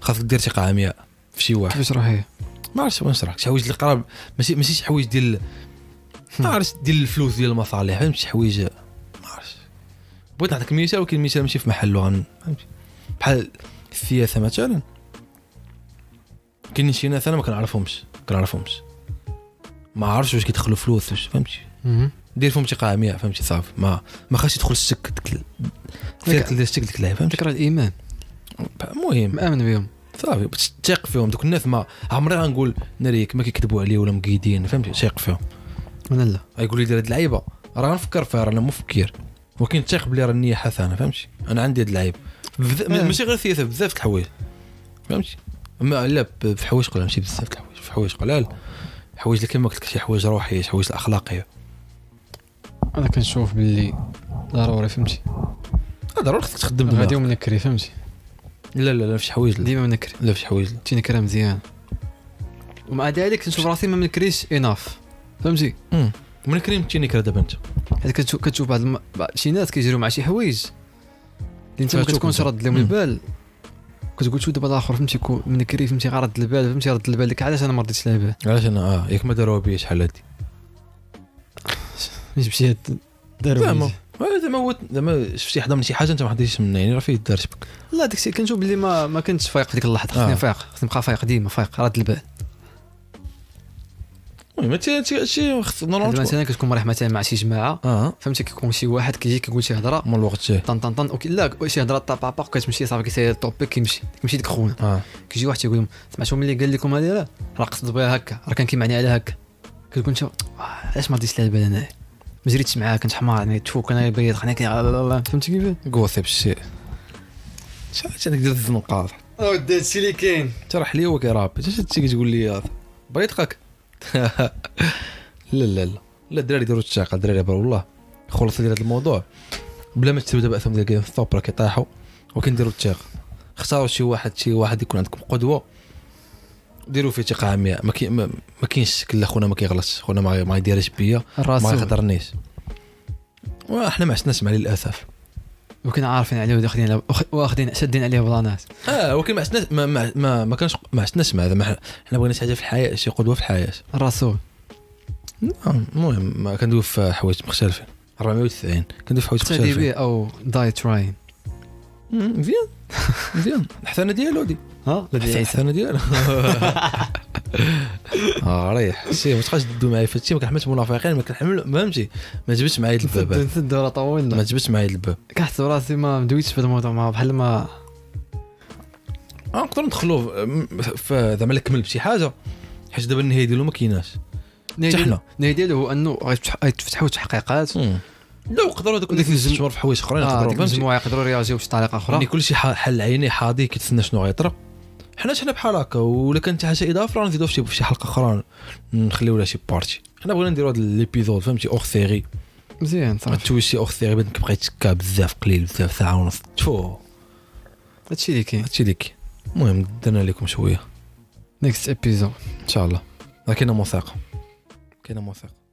Speaker 1: خاصك دير ثقه عمياء في شي واحد
Speaker 2: كيفاش راهي
Speaker 1: ما عرفتش واش نشرح شي حوايج اللي قراب ماشي ماشي شي حوايج ديال ما عرفتش ديال الفلوس ديال المصالح فهمت شي حوايج ما عرفتش بغيت نعطيك مثال ولكن المثال ماشي في محله غن- فهمتي بحال السياسه مثلا كاينين شي ناس انا ما كنعرفهمش كنعرفهمش ما عرفتش واش كيدخلوا فلوس واش فهمتي دير فيهم ثقه عمياء فهمتي صافي ما ما خاصش يدخل الشك ديك ال-
Speaker 2: ديك-
Speaker 1: ديك الشك ديك اللعيبه فهمتي
Speaker 2: فكره الايمان
Speaker 1: المهم
Speaker 2: مامن بهم
Speaker 1: صافي باش تثق فيهم دوك الناس ما عمري غنقول ناريك ما كيكذبوا عليا ولا مقيدين فهمتي تثق فيهم
Speaker 2: انا لا
Speaker 1: غيقول لي دير هاد اللعيبه راه غنفكر فيها راه انا مفكر ولكن تثق بلي راه النيه حسنه فهمتي انا عندي هاد اللعيب بز...
Speaker 2: آه.
Speaker 1: ماشي غير سياسه بزاف د الحوايج فهمتي ما لا ب- في حوايج قلال ماشي بزاف د الحوايج في حوايج قلال حوايج اللي كما قلت لك شي حوايج روحيه شي حوايج الاخلاقيه
Speaker 2: انا كنشوف باللي ضروري فهمتي
Speaker 1: آه، ضروري خصك تخدم
Speaker 2: غادي
Speaker 1: دماغك
Speaker 2: ومنكري فهمتي
Speaker 1: لا لا لا في شي حوايج لا.
Speaker 2: ديما منكري
Speaker 1: لا في شي حوايج لا.
Speaker 2: تينكرا مزيان ومع ذلك نشوف راسي ما منكريش اناف فهمتي
Speaker 1: مم. من كريم تينيكرا دابا انت
Speaker 2: حيت كتشوف كتشوف بعض, الم... بعض شي ناس كيجريو مع شي حوايج اللي انت ما
Speaker 1: كتشوف
Speaker 2: كتكونش
Speaker 1: أنت.
Speaker 2: رد لهم
Speaker 1: مم.
Speaker 2: البال كتقول شو دابا الاخر فهمتي كو- منكري فهمتي غير رد البال فهمتي رد البال لك علاش انا ما رديتش لها بال
Speaker 1: علاش انا اه ياك ما داروها بيا شحال هادي
Speaker 2: مش مشيت
Speaker 1: زعما
Speaker 2: داروا
Speaker 1: آه، زعما هو زعما شفتي حدا من شي حاجه انت ما حديتش منها يعني راه فيه دار شبك
Speaker 2: لا داكشي كنشوف بلي ما ما كنتش فايق في ديك اللحظه خصني
Speaker 1: آه.
Speaker 2: فايق خصني نبقى فايق ديما فايق رد البال
Speaker 1: المهم هادشي هادشي هادشي خص
Speaker 2: هاد
Speaker 1: نورمال تكون.
Speaker 2: مثلا كتكون مريح مثلا مع شي جماعه
Speaker 1: اه
Speaker 2: فهمتي كيكون شي واحد كيجي كيقول شي هضره
Speaker 1: من الوقت جاي
Speaker 2: طن طن طن اوكي لا شي هضره طا بابا كتمشي صافي كيسير الطوبيك كيمشي كيمشي ديك خونا
Speaker 1: اه
Speaker 2: كيجي واحد تيقول لهم سمعتوا ملي قال لكم هذه راه راه قصد بها هكا راه كان كيمعني على هكا كتقول انت آه، علاش ما رديتش لها البال انايا ما جريتش معاه كنت حمار انا تفوك انا بيض انا كي- لا- لا- لا. فهمتي كيف
Speaker 1: قوصي بالشيء شحال هادشي هذاك ديال الزنقه
Speaker 2: اودي هادشي اللي كاين
Speaker 1: انت راه حليوه كيرابي اش هادشي كتقول لي يا بريطقك لا لا لا لا الدراري ديروا التشاقه الدراري برا والله خلصوا ديال هذا الموضوع بلا ما تسيبوا دابا اسم ديال جيم ستوب راه كيطيحوا وكنديروا التشاقه اختاروا شي واحد شي واحد يكون عندكم قدوه ديروا فيه ثقه عمياء ما كي- ما ما كاينش شكل لا خونا ما كيغلطش خونا ما ما يديرش بيا ما
Speaker 2: الراس
Speaker 1: يخطرنيش وحنا ما عشناش مع للاسف
Speaker 2: وكنا عارفين عليه وداخلين عليه- وخ- واخدين شادين عليه بلانات
Speaker 1: اه ولكن ما عشناش ما ما ما, ما كانش ما عشناش مع هذا ما- حنا بغينا شي حاجه في الحياه شي قدوه في الحياه
Speaker 2: الرسول
Speaker 1: نعم، المهم ما كندوي في حوايج مختلفين 490 كندوي في حوايج
Speaker 2: تادي
Speaker 1: مختلفين
Speaker 2: بي او داي تراين
Speaker 1: مم، مزيان مزيان الحسنه ديالو دي
Speaker 2: ها
Speaker 1: الحس- الحسنه ديالو اه ريح شي ما تبقاش تدو معايا في هادشي ما كنحملش منافقين ما كنحمل فهمتي ما جبتش معايا هاد الباب هذا.
Speaker 2: نسدو راه
Speaker 1: ما
Speaker 2: طولنا
Speaker 1: جبتش معايا هاد الباب
Speaker 2: كنحس براسي ما مدويتش في هذا الموضوع ما بحال ما
Speaker 1: اه نقدروا ندخلوا في زعما الكمل بشي حاجه حيت دابا النهايه ديالو ما كايناش حتى حنا
Speaker 2: النهاية ديالو هو انه غيتفتح- غيتفتحوا تحقيقات
Speaker 1: مم. لا نقدروا دوك
Speaker 2: وديك
Speaker 1: ديك آه،
Speaker 2: الجم-
Speaker 1: الست شهور في حوايج اخرين
Speaker 2: اه
Speaker 1: نقدروا
Speaker 2: ديك
Speaker 1: فهمتي
Speaker 2: المجموعه يقدروا يرياجيو بشي طريقه
Speaker 1: يعني
Speaker 2: اخرى
Speaker 1: كلشي ح- حل عيني حاضي كيتسنى شنو غيطرا حنا حنا بحال هكا ولا كانت شي حاجه اضافه راه نزيدو في شي- في شي حلقه اخرى نخليو لها شي بارتي حنا بغينا نديرو هاد ليبيزود فهمتي اور سيري
Speaker 2: مزيان صافي
Speaker 1: تشوي شي اور سيري بعد كيبقى يتكا بزاف قليل بزاف ساعه ونص تفو
Speaker 2: هادشي اللي كاين
Speaker 1: هادشي ديك المهم درنا لكم شويه
Speaker 2: نيكست ابيزود
Speaker 1: ان شاء الله راه كاينه موسيقى كاينه موسيقى